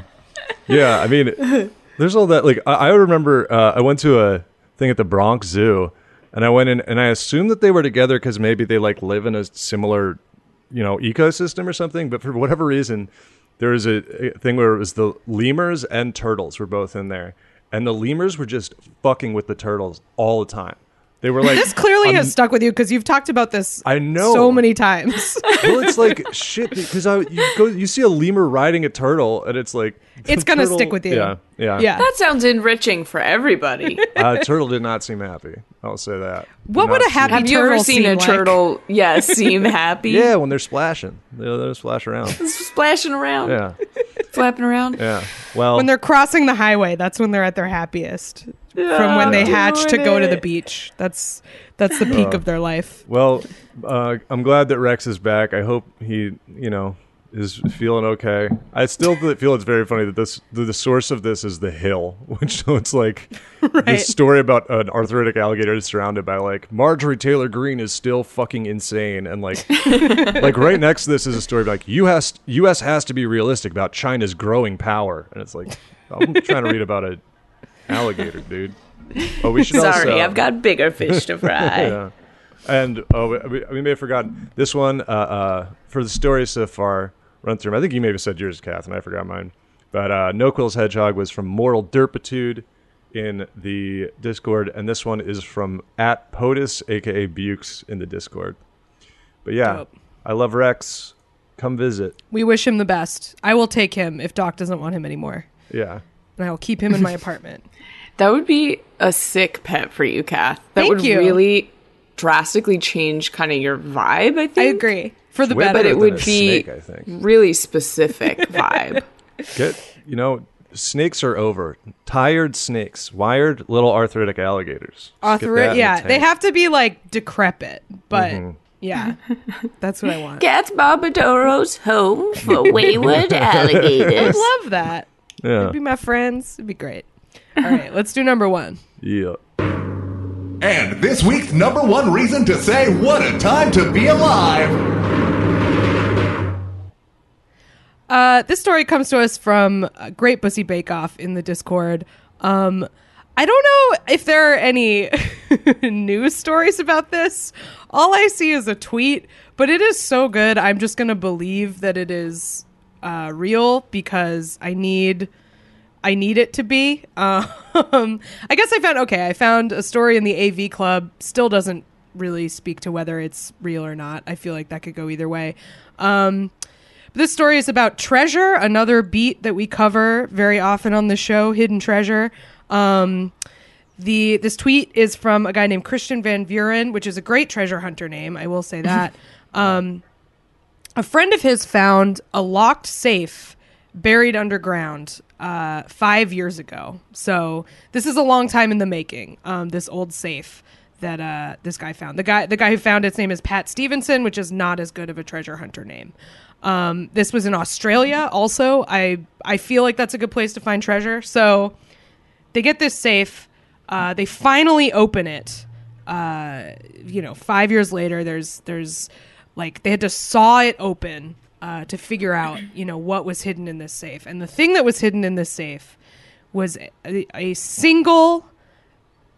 yeah, I mean, there's all that. Like I, I remember uh, I went to a thing at the Bronx Zoo, and I went in and I assumed that they were together because maybe they like live in a similar you know ecosystem or something but for whatever reason there was a, a thing where it was the lemurs and turtles were both in there and the lemurs were just fucking with the turtles all the time they were like
This clearly
I'm-
has stuck with you because you've talked about this
I know.
so many times.
well it's like shit because i you go you see a lemur riding a turtle and it's like the
It's gonna stick with you.
yeah yeah
yeah.
That sounds enriching for everybody.
uh, turtle did not seem happy i'll say that Did
What would
not
a happy
seem-
Have you ever
turtle
seen a
seem like?
turtle, yeah, seem happy?
yeah when they're splashing they they splash around
Splashing around,
yeah
flapping around.
yeah well
When they're crossing the highway, that's when they're at their happiest. From when they
I'm
hatch to
doing
go to the
it.
beach. That's that's the peak of their life.
Well, uh, I'm glad that Rex is back. I hope he, you know, is feeling okay. I still th- feel it's very funny that this the, the source of this is The Hill, which so it's like this story about an arthritic alligator is surrounded by like Marjorie Taylor Greene is still fucking insane, and like like right next to this is a story of like U.S. U.S. has to be realistic about China's growing power, and it's like I'm trying to read about a alligator, dude. Oh, we should
Sorry,
also-
I've got bigger fish to fry.
yeah. And oh, we, we may have forgotten this one. Uh, uh, for the story so far, run through. 'em. I think you maybe said yours, Kath, and I forgot mine. But uh, No Quill's Hedgehog was from Moral Derpitude in the Discord, and this one is from at POTUS, aka Bukes, in the Discord. But yeah,
Dope.
I love Rex. Come visit.
We wish him the best. I will take him if Doc doesn't want him anymore,
Yeah.
and I will keep him in my apartment.
That would be a sick pet for you, Kath. That
Thank
would
you.
really drastically change kind of your vibe, I think.
I agree for the
Way
better.
But
better
it
than
would
a
be
snake, I think.
really specific vibe.
Get you know, snakes are over. Tired snakes, wired little arthritic alligators. Just get that in
Author-
the
yeah, they
tank. Mm-hmm.
have to be like decrepit, but yeah, that's what I want.
That's Barbadoro's home for wayward alligators.
Love that.
Yeah.
Be my friends. It'd be great. All right, let's do number one.
Yeah.
And this week's number one reason to say what a time to be alive.
Uh, this story comes to us from uh, Great Bussy Bake Off in the Discord. Um, I don't know if there are any news stories about this. All I see is a tweet, but it is so good. I'm just going to believe that it is uh, real because I need. I need it to be. Um, I guess I found okay. I found a story in the AV Club. Still doesn't really speak to whether it's real or not. I feel like that could go either way. Um, this story is about treasure, another beat that we cover very often on the show, hidden treasure. Um, the this tweet is from a guy named Christian Van Buren, which is a great treasure hunter name. I will say that. um, a friend of his found a locked safe buried underground uh, five years ago. So this is a long time in the making. Um, this old safe that uh, this guy found. The guy the guy who found its name is Pat Stevenson, which is not as good of a treasure hunter name. Um, this was in Australia. Also, I I feel like that's a good place to find treasure. So they get this safe. Uh, they finally open it. Uh, you know, five years later, there's there's like they had to saw it open uh, to figure out you know what was hidden in this safe. And the thing that was hidden in this safe was a, a single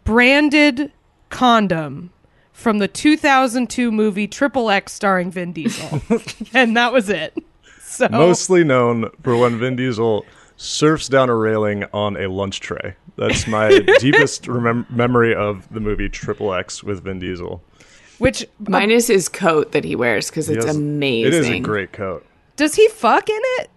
branded condom from the 2002 movie Triple X starring Vin Diesel, and that was it. So
Oh.
mostly known for when Vin Diesel surfs down a railing on a lunch tray. That's my deepest remem- memory of the movie Triple X with Vin Diesel.
which
Minus his coat that he wears because
He
it's
has-
amazing.
It is a great coat.
does he fuck in it?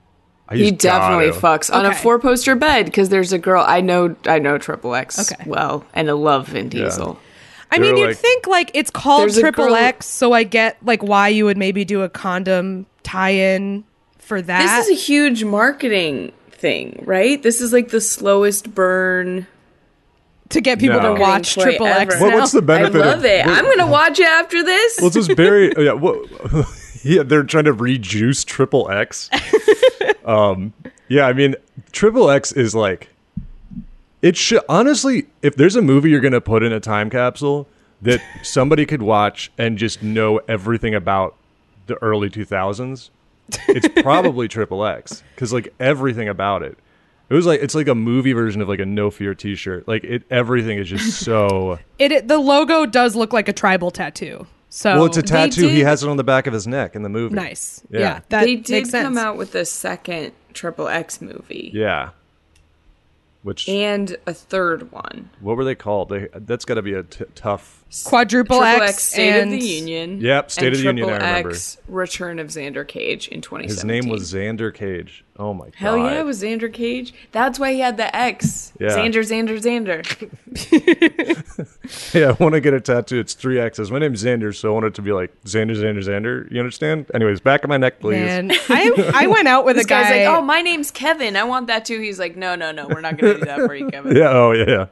He
He's
definitely
gotta.
fucks on a
Okay.
four poster bed because there's a girl I know. I know Triple X
Okay.
well, and I love Vin Diesel.
I
They
mean,
were
you'd
like-
think like it's called
There's a
Triple
girl-
X, so I get like why you would maybe do a condom tie-in for that.
This is a huge marketing thing, right? This is like the slowest burn.
to get people
No.
to watch
Marketing
Triple
ploy
X.
ever.
What- what's the benefit?
I love
of,
it. I'm gonna watch it after this.
Let's just bury. oh, yeah, wha- yeah, they're trying to rejuice Triple X. um, yeah, I mean, Triple X is like it should honestly. If there's a movie you're gonna put in a time capsule that somebody could watch and just know everything about the early 2000s, it's probably Triple X because like everything about it. It was like it's like a movie version of like a No Fear T-shirt. Like it, everything is just so.
It, it the logo does look like a tribal tattoo. So
Well, it's a tattoo. He
did-
has it on the back of his neck in the movie.
nice.
Yeah.
Yeah, that
they did
makes sense.
come out with a second Triple X movie
Yeah. Which
and a third one.
what were they called? They that's got to be a t- tough.
Quadruple
Triple
X,
X, State
and
of the Union.
Yep, State
and
of the Union,
Triple
I remember.
X Return of Xander Cage in 2017.
His name was Xander Cage. Oh my
Hell
god.
yeah, it was Xander Cage. That's why he had the X.
Yeah.
Xander, Xander, Xander.
Yeah, I want to get a tattoo. It's three X's. My name's Xander, so I want it to be like Xander, Xander, Xander. You understand? Anyways, back of my neck, please.
Man, I I went out with
This
a guy.
guy's like, oh, my name's Kevin. I want that too. He's like, no, no, no, we're not going to do that for you, Kevin.
Yeah. Oh yeah.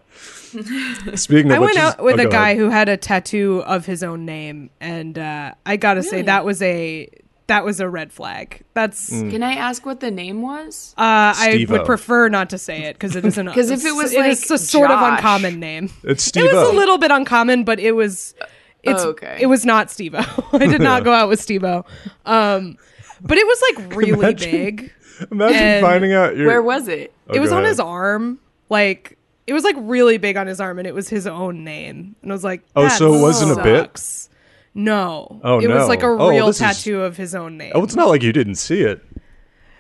Speaking of,
I
which is-
went out with
oh,
a
go
guy
ahead.
who had a tattoo of his own name, and uh, I gotta say that was a that was a red flag. That's
Mm.
Can I ask what the name was?
uh, I
Steve-O.
would prefer not to say it because it is an
'Cause if it was,
it is
like,
a sort of
Josh-
uncommon name.
It's
It
Steve.
was a little bit uncommon, but it was it's
Oh, Okay.
it was not Steve-O. I did not go out with Steve-O. Um, but it was like really
Imagine-
big.
Imagine
and-
finding out your
Where was it?
Oh,
it was
go
on
ahead.
his arm. Like it was like really big on his arm, and it was his own name. And I was like,
Oh,
that
so it wasn't a bit?
sucks. No.
Oh,
it
no.
was like a
Oh,
real
this is-
tattoo of his own name.
Oh, it's not like you didn't see it.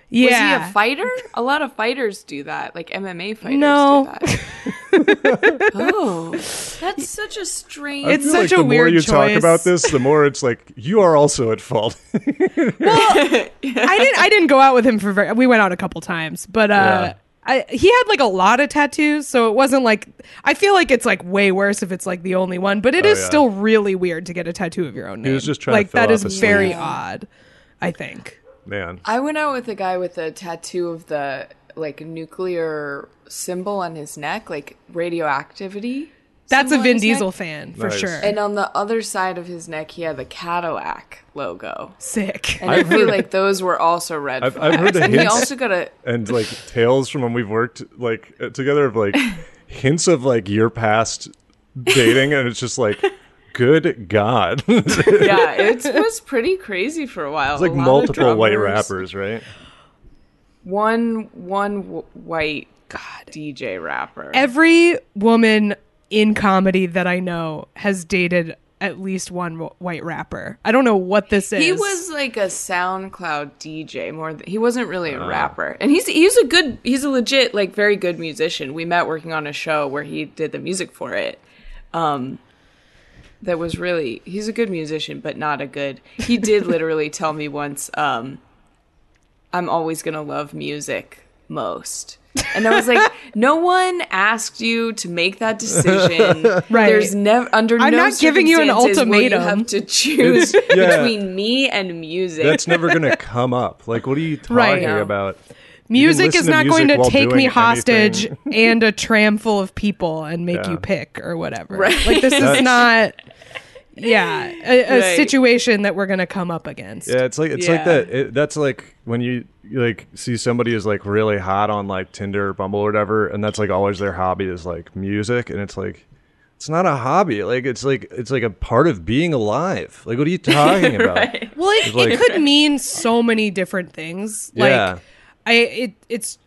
yeah.
Was he a fighter? A lot of fighters do that, like MMA fighters
No.
do that. oh, that's such a strange.
I
It's
feel like
such a
the more
weird
you talk
choice.
about this, the more it's like you are also at fault.
I didn't. I didn't go out with him for. Very, we went out a couple times, but uh,
Yeah.
I, he had like a lot of tattoos, so it wasn't like. I feel like it's like way worse if it's like the only one, but it
Oh,
is
yeah.
still really weird to get a tattoo of your own name.
was just trying to
like
fill
that
out
is
the sleeve.
very odd. I think.
Man,
I went out with a guy with a tattoo of the like nuclear symbol on his neck, like radioactivity.
That's
symbol
a
on
Vin
his neck.
Diesel fan for
Nice.
sure.
And on the other side of his neck, he had the Cadillac logo.
Sick.
And i feel like those were also red.
I've-
flags.
I've heard of
and he
hints.
also got a
and like tales from when we've worked like uh, together of like hints of like your past dating, and it's just like, good god, it's
yeah. It was pretty crazy for a while.
like
A lot of
multiple white
drummers-
rappers, right?
One one w- white God DJ rapper.
Every woman in comedy that I know has dated at least one wh- white rapper. I don't know what this is.
He was like a SoundCloud DJ more than he wasn't really a rapper. And he's he's a good he's a legit like very good musician. We met working on a show where he did the music for it. Um that was really he's a good musician but not a good. He did literally tell me once um I'm always going to love music most. And I was like, no one asked you to make that decision.
Right.
There's never under
I'm
no
not giving you an
circumstances will
ultimatum.
You have to choose
It's- yeah.
between me and music.
That's never gonna come up. Like, what are you talking
Right.
No.
about?
music
listen
is
to
not
music
going to
while
take me
doing
hostage
anything.
and a tram full of people and make
Yeah.
you pick or whatever.
Right.
Like this is not yeah, a, a
Right.
situation that we're going to come up against.
Yeah, it's like it's like
Yeah.
that. It, that's like when you like see somebody is like really hot on like Tinder or Bumble or whatever, and that's like always their hobby is like music, and it's like it's not a hobby. Like it's like it's like a part of being alive. Like what are you talking about?
Well, it,
like-
it could mean so many different things. Like
Yeah.
I it it's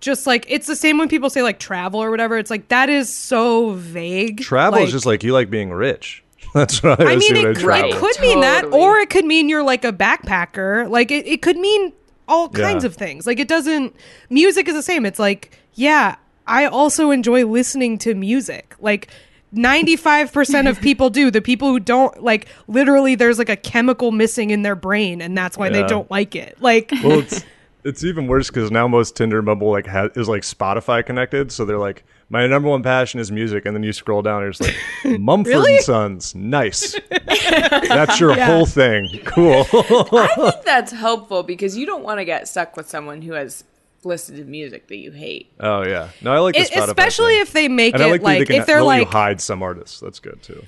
just like it's the same when people say like travel or whatever. It's like that is so vague.
Travel is just like you like being rich. That's what I,
I mean,
assume
it,
as
could-
travel.
it could mean that,
Totally.
or it could mean you're like a backpacker. Like it, it could mean all kinds
Yeah.
of things. Like it doesn't. Music is the same. It's like yeah, I also enjoy listening to music. Like. 95% of people do. The people who don't like literally there's like a chemical missing in their brain and that's why
Yeah.
they don't like it. Like
well, it's it's even worse because now most Tinder and Bumble like ha- is like Spotify connected, so they're like my number one passion is music, and then you scroll down, and it's like Mumford
Really?
and Sons, nice. That's your whole thing, cool.
I think that's helpful because you don't want to get stuck with someone who has listened to music that you hate.
oh yeah, no, I like the
It-
Spotify
e, especially
thing.
if they make
and I
it
like,
like,
that they can
if they're
they'll let
like
you hide some artists. That's good too.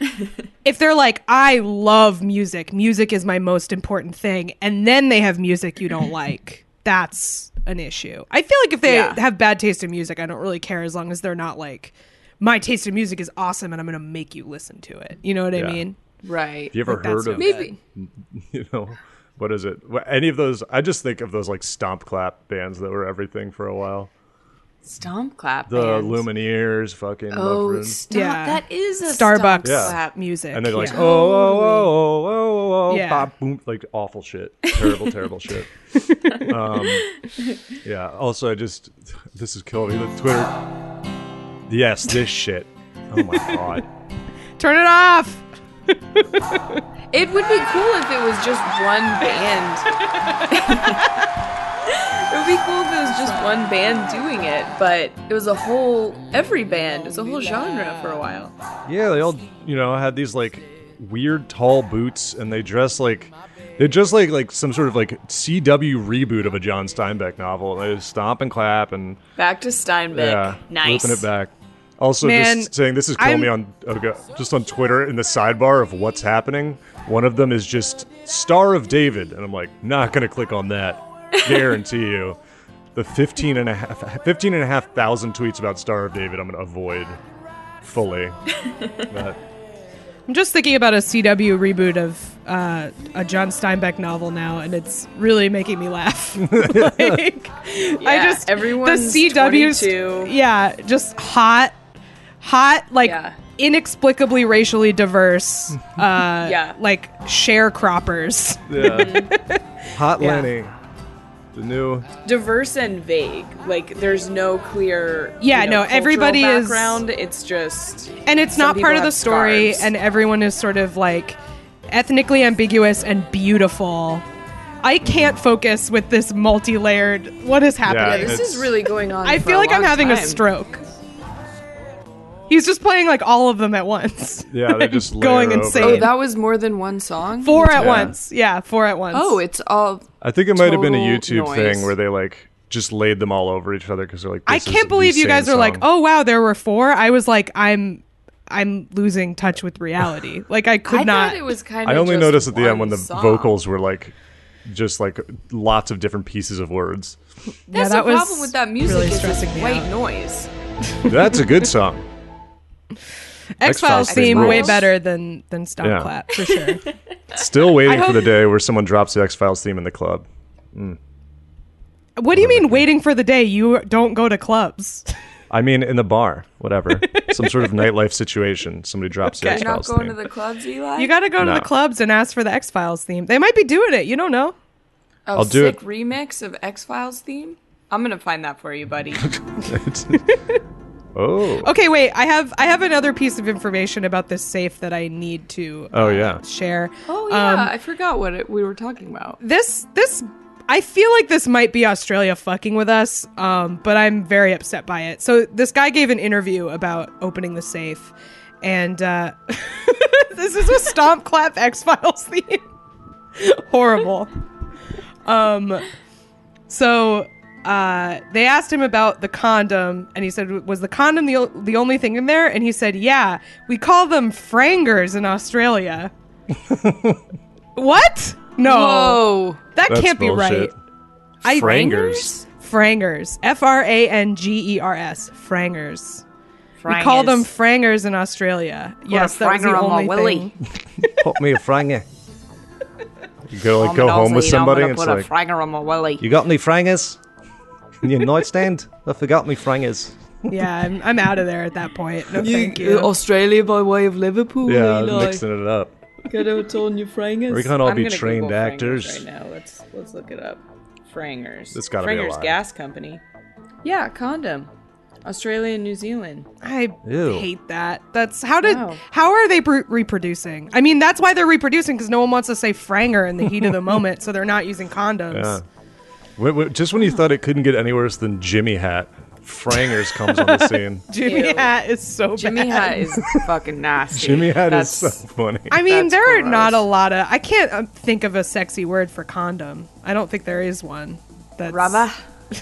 if they're like I love music, music is my most important thing, and then they have music you don't like. That's an issue. I feel like if they
Yeah.
have bad taste in music, I don't really care as long as they're not like my taste in music is awesome and I'm going to make you listen to it. You know what
Yeah.
I mean?
Right.
You ever
Like, that's
heard of
no good.
Maybe.
you know what is it? Wh- Any of those? I just think of those like stomp clap bands that were everything for a while.
Stomp clap.
The
bands.
Lumineers, fucking
Oh,
Mumford.
stop.
Yeah.
That is a
Starbucks
Yeah.
Stomp clap.
music.
and they're like,
yeah.
oh, oh, oh, oh, oh, oh,
Yeah.
bop, boom, like awful shit, terrible, terrible shit. Um, yeah. Also, I just this is killing me. The Twitter. Yes, this shit. Oh my god. "Oh."
turn it off.
It would be cool if it was just one band. it would be cool if it was just one band doing it, but it was a whole every band. It was a whole genre for a while.
Yeah, they all you know had these like weird tall boots, and they dress like they dress like like some sort of like CW reboot of a John Steinbeck novel. They just stomp and clap and
Back to Steinbeck.
yeah,
nice.
looping it back. Also,
Man,
just saying this is kill
I'm-
me on okay, just on Twitter in the sidebar of what's happening. One of them is just Star of David, and I'm like, not gonna click on that. Guarantee you. The 15 and a half, 15 and a half thousand tweets about Star of David, I'm gonna avoid fully. But
I'm just thinking about a CW reboot of uh, a John Steinbeck novel now, and it's really making me laugh. like, I
Yeah,
just
everyone's
the CW's
22.
yeah, just hot, hot like
Yeah.
inexplicably racially diverse. Uh,
Yeah.
like sharecroppers.
Hot
Yeah.
Lenny, the new
diverse and vague. Like there's no clear
Yeah,
you know,
no,
cultural
everybody is-
background. It's just
and it's
Some
not
people
part of the
have
story
scarves.
and everyone is sort of like ethnically ambiguous and beautiful i can't focus with this multi-layered what is
Yeah,
happening
this
It's-
is really going on.
i
for
feel
a
like i'm
long
having a
time.
stroke he's just playing like all of them at once
Yeah, they just
going
layer over.
insane
Oh, that was more than one song.
four at
Yeah.
once yeah four at once
Oh, it's all.
I think it might have been a
Total
YouTube
noise.
thing where they like just laid them all over each other because they're like.
i
this is
can't
the
believe you
same
guys are like
song.
oh wow there were four i was like i'm i'm losing touch with reality like i could
I
not
thought it was kind of.
I only noticed at the end when the vocals were like, just like lots of different pieces of words.
That's
that
the
was
problem with that music.
really
is it's
stressing me
white
out.
noise.
That's a good song.
X
X-Files
Files
thing
seem way
rules.
better than than Stop
Yeah.
Clap for sure.
Still waiting
I
for the
hope-
day where someone drops the X Files theme in the club.
what do you mean waiting for the day you don't go to clubs?
I mean, in the bar, whatever. Some sort of nightlife situation. Somebody drops the
Okay.
X
You're not
Files
going
theme.
to the clubs, Eli.
You got to go to
No.
the clubs and ask for the X Files theme. They might be doing it. You don't know.
a
I'll do
sick
it.
remix of X Files theme. I'm gonna find that for you, buddy.
oh,
Okay, wait. I have I have another piece of information about this safe that I need to uh,
oh yeah.
share.
oh yeah,
Um,
I forgot what it, we were talking about.
This this I feel like this might be Australia fucking with us, um, but I'm very upset by it. So this guy gave an interview about opening the safe, and uh, this is a stomp clap X Files theme. Horrible. Um, so uh, they asked him about the condom, and he said, "Was the condom the o- the only thing in there?" And he said, "Yeah, we call them frangers in Australia." what? No.
Whoa.
That
That's
can't be
bullshit.
right. I-
Frangers.
Frangers. F R A N G E R S. Frangers. We call them frangers in Australia. yes, that was the
franger on my
only
willy.
thing.
Put me a franger. You go like go
Dominoes,
home with
you know, I'm
somebody.
gonna
It's
put a
like
franger on my willy.
you got any frangers in your nightstand? I forgot me frangers.
Yeah, I'm, I'm out of there at that point. No, thank you.
Australia by way of Liverpool.
Yeah, mixing it up.
Get out on your frangers.
We can't all
I'm
be
gonna
trained
Google Frangers
actors.
Right now, let's let's look it up. Frangers.
It's gotta be a
Frangers
lie.
Gas Company. Yeah, condom. Australia and New Zealand.
I
Ew.
hate that. That's how did
Wow.
how are they pr- reproducing? I mean, that's why they're reproducing because no one wants to say franger in the heat of the moment, so they're not using condoms.
Yeah. Wait, wait, just when you thought it couldn't get any worse than Jimmy Hat, Frangers comes on the scene.
Jimmy Hat is so
Jimmy
bad.
Hat is fucking nasty.
Jimmy Hat is so
That's-
funny.
I mean,
That's
there are
gross.
not a lot of. I can't um, think of a sexy word for condom. I don't think there is one. That's,
Rubber.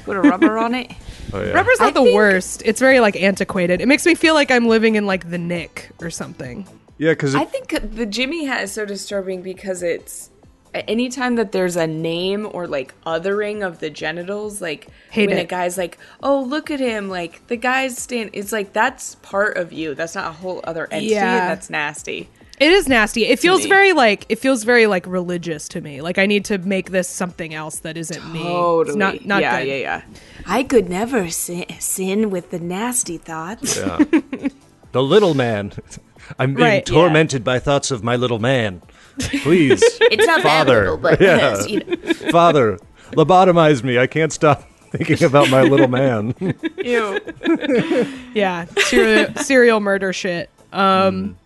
Put a rubber on it.
Oh, yeah.
Rubber's not
I
the
think-
worst. It's very like antiquated. It makes me feel like I'm living in like the Nick or something.
Yeah, because
I think the Jimmy Hat is so disturbing because it's anytime that there's a name or like othering of the genitals, like
Hate
when
it.
a guy's like, "Oh, look at him!" Like the guy's stand. It's like that's part of you. That's not a whole other entity.
Yeah.
and That's nasty.
It is nasty. It feels
me.
very like it feels very like religious to me. Like I need to make this something else that isn't me. It's
Totally.
not not
yeah,
good.
yeah, yeah.
I could never sin, sin with the nasty thoughts.
the little man. I'm being
Right, yeah.
tormented by thoughts of my little man. Please,
It's not
Father.
that little, but
Yeah.
you know,
Father, lobotomize me. I can't stop thinking about my little man.
Ew.
Yeah, serial, serial murder shit. Um,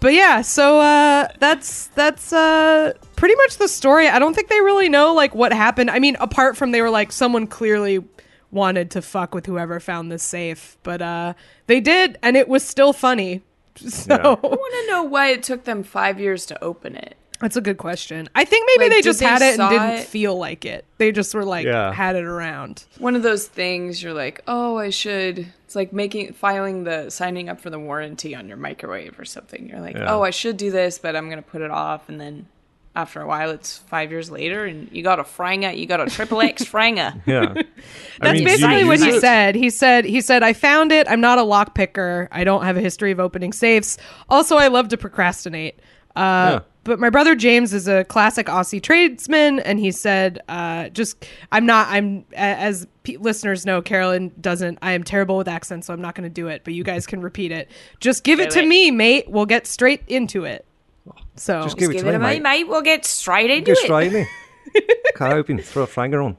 but yeah, so uh, that's that's uh, pretty much the story. I don't think they really know like what happened. I mean, apart from they were like someone clearly wanted to fuck with whoever found this safe, but uh, they did, and it was still funny. So
I want to know why it took them five years to open it.
that's a good question. I think maybe
Like,
they
did
just
they
had it and
saw
didn't
it?
feel like it. They just were like
Yeah.
had it around.
One of those things you're like, oh, I should. It's like making filing the signing up for the warranty on your microwave or something. You're like,
Yeah.
oh, I should do this, but I'm gonna put it off, and then after a while, it's five years later, and you got a Franga, you got a triple X Franga.
Yeah.
That's basically what he
it?
said. He said he said I found it. I'm not a lock picker. I don't have a history of opening safes. Also, I love to procrastinate. Uh,
Yeah.
But my brother James is a classic Aussie tradesman, and he said, uh, "Just I'm not. I'm a- as p- listeners know, Carolyn doesn't. I am terrible with accents, so I'm not going to do it. But you guys can repeat it. Just give it to
it.
me, mate. We'll get straight into it. So
Just give it
Give
to
it
me,
a
mate.
mate, mate. We'll get straight into
Just
it.
try me. Cut open. Throw a finger on.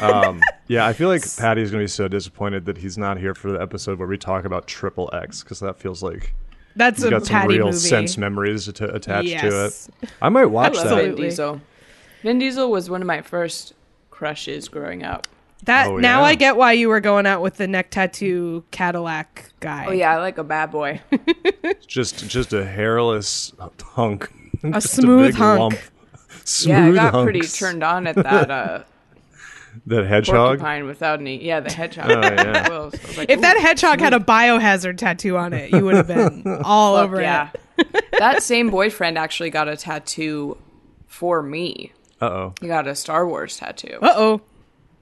Um, yeah, I feel like Patty's gonna be so disappointed that he's not here for the episode where we talk about Triple X because that feels like
that's
he's
a
got some
Patty
real
movie.
sense memories to, attached
Yes.
to it. I might watch
I love Vin
that.
Absolutely.
Diesel. Vin Diesel was one of my first crushes growing up.
That
Oh,
now
yeah.
I get why you were going out with the neck tattoo Cadillac guy.
Oh yeah, I like a bad boy.
Just just a hairless hunk. A
smooth hunk.
Smooth
yeah, I got pretty
hunks.
turned on at that uh,
That hedgehog.
porcupine without any. Yeah, the hedgehog.
Oh, yeah.
Well, I was like,
If that
ooh,
hedgehog had a biohazard tattoo on it, you would have been all
fuck
over
yeah.
it.
that same boyfriend actually got a tattoo for me.
Uh oh.
He got a Star Wars tattoo.
Uh oh.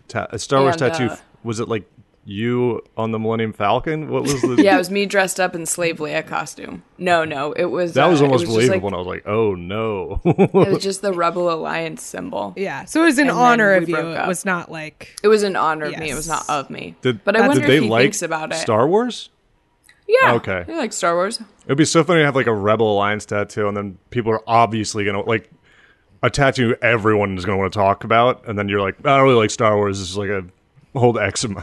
Ta- a Star Wars
And,
tattoo.
uh,
was it like you on the Millennium Falcon? What was the?
Yeah, it was me dressed up in slave Leia costume. No, no, it was
That
uh,
was almost
it was just
believable. and I was like, oh no.
Like, it was just the Rebel Alliance symbol.
Yeah. So it was in
And then
honor
we
of you.
broke
It
up.
was not like
It was in honor of me. It
Yes.
was not of me.
Did,
but I
did
wonder
they
if he
like
thinks about it.
Star Wars?
yeah.
Okay.
You like Star Wars?
It would be so funny to have like a Rebel Alliance tattoo, and then people are obviously going to like a tattoo everyone is going to want to talk about, and then you're like, I don't really like Star Wars. This is like a old ex of mine.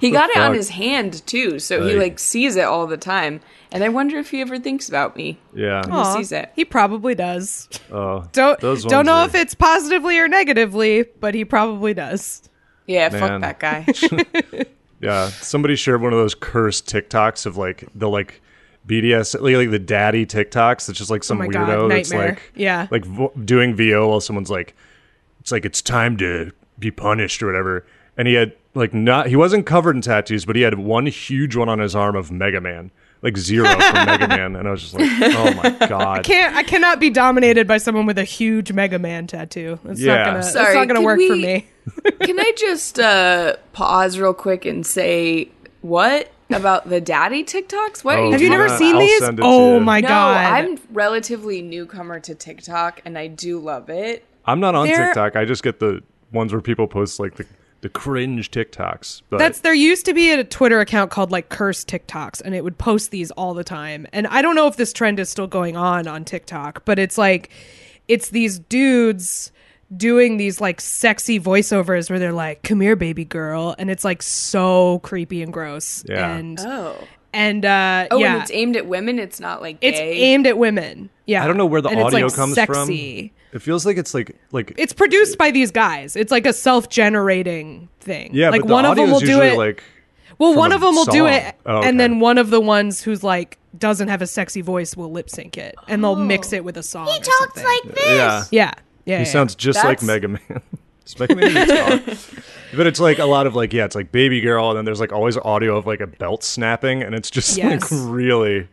He got it on
fuck?
his hand too, so he
Like-
like sees it all the time. And I wonder if he ever thinks about me.
yeah.
Aw,
sees it.
He probably does.
Oh,
Don't
those
don't
ones
know
are-
if it's positively or negatively, but he probably does.
Yeah,
Man.
fuck that guy.
Yeah, somebody shared one of those cursed TikToks of like the like BDS, like, like the daddy TikToks. It's just like some
Oh my God,
weirdo that's
nightmare.
like,
Yeah.
like vo- doing VO while someone's like, it's like it's time to be punished or whatever. And he had like not, he wasn't covered in tattoos, but he had one huge one on his arm of Mega Man, like zero from Mega Man. And I was just like, oh my god,
Can't I cannot be dominated by someone with a huge Mega Man tattoo. It's
Yeah.
not gonna it's
Sorry,
not gonna
can
work for
we-
me.
Can I just uh, pause real quick and say what about the daddy TikToks? What are
Oh,
you
Have you
yeah.
never
talking
seen
I'll
these?
send it to
Oh
you.
my
No,
god.
I'm relatively newcomer to TikTok, and I do love it.
I'm not on
They're-
TikTok. I just get the ones where people post like the the cringe TikToks. But
That's there used to be a Twitter account called like Curse TikToks, and it would post these all the time. And I don't know if this trend is still going on on TikTok, but it's like it's these dudes doing these like sexy voiceovers where they're like, "Come here, baby girl," and it's like so creepy and gross.
Yeah.
And
Oh,
and uh,
oh,
yeah,
and it's aimed at women. It's not like
It's
gay.
aimed at women. Yeah,
I don't know where the
And
audio
it's, like,
comes
sexy.
from. It feels like it's like like
It's produced by these guys. It's like a self-generating thing.
Yeah,
like
but the
one of them
audio's
will do
usually,
it.
Like,
Well,
from
one
a
of them will do
song.
it,
Oh, okay.
and then one of the ones who's like doesn't have a sexy voice will lip sync it, and they'll
Oh.
mix it with a song. He talks
like this.
yeah,
yeah, yeah.
he
yeah.
sounds just like
That's-
Mega Man. It's Mega Man guitar. but it's like a lot of like yeah, it's like baby girl, and then there's like always audio of like a belt snapping, and it's just
Yes.
like really,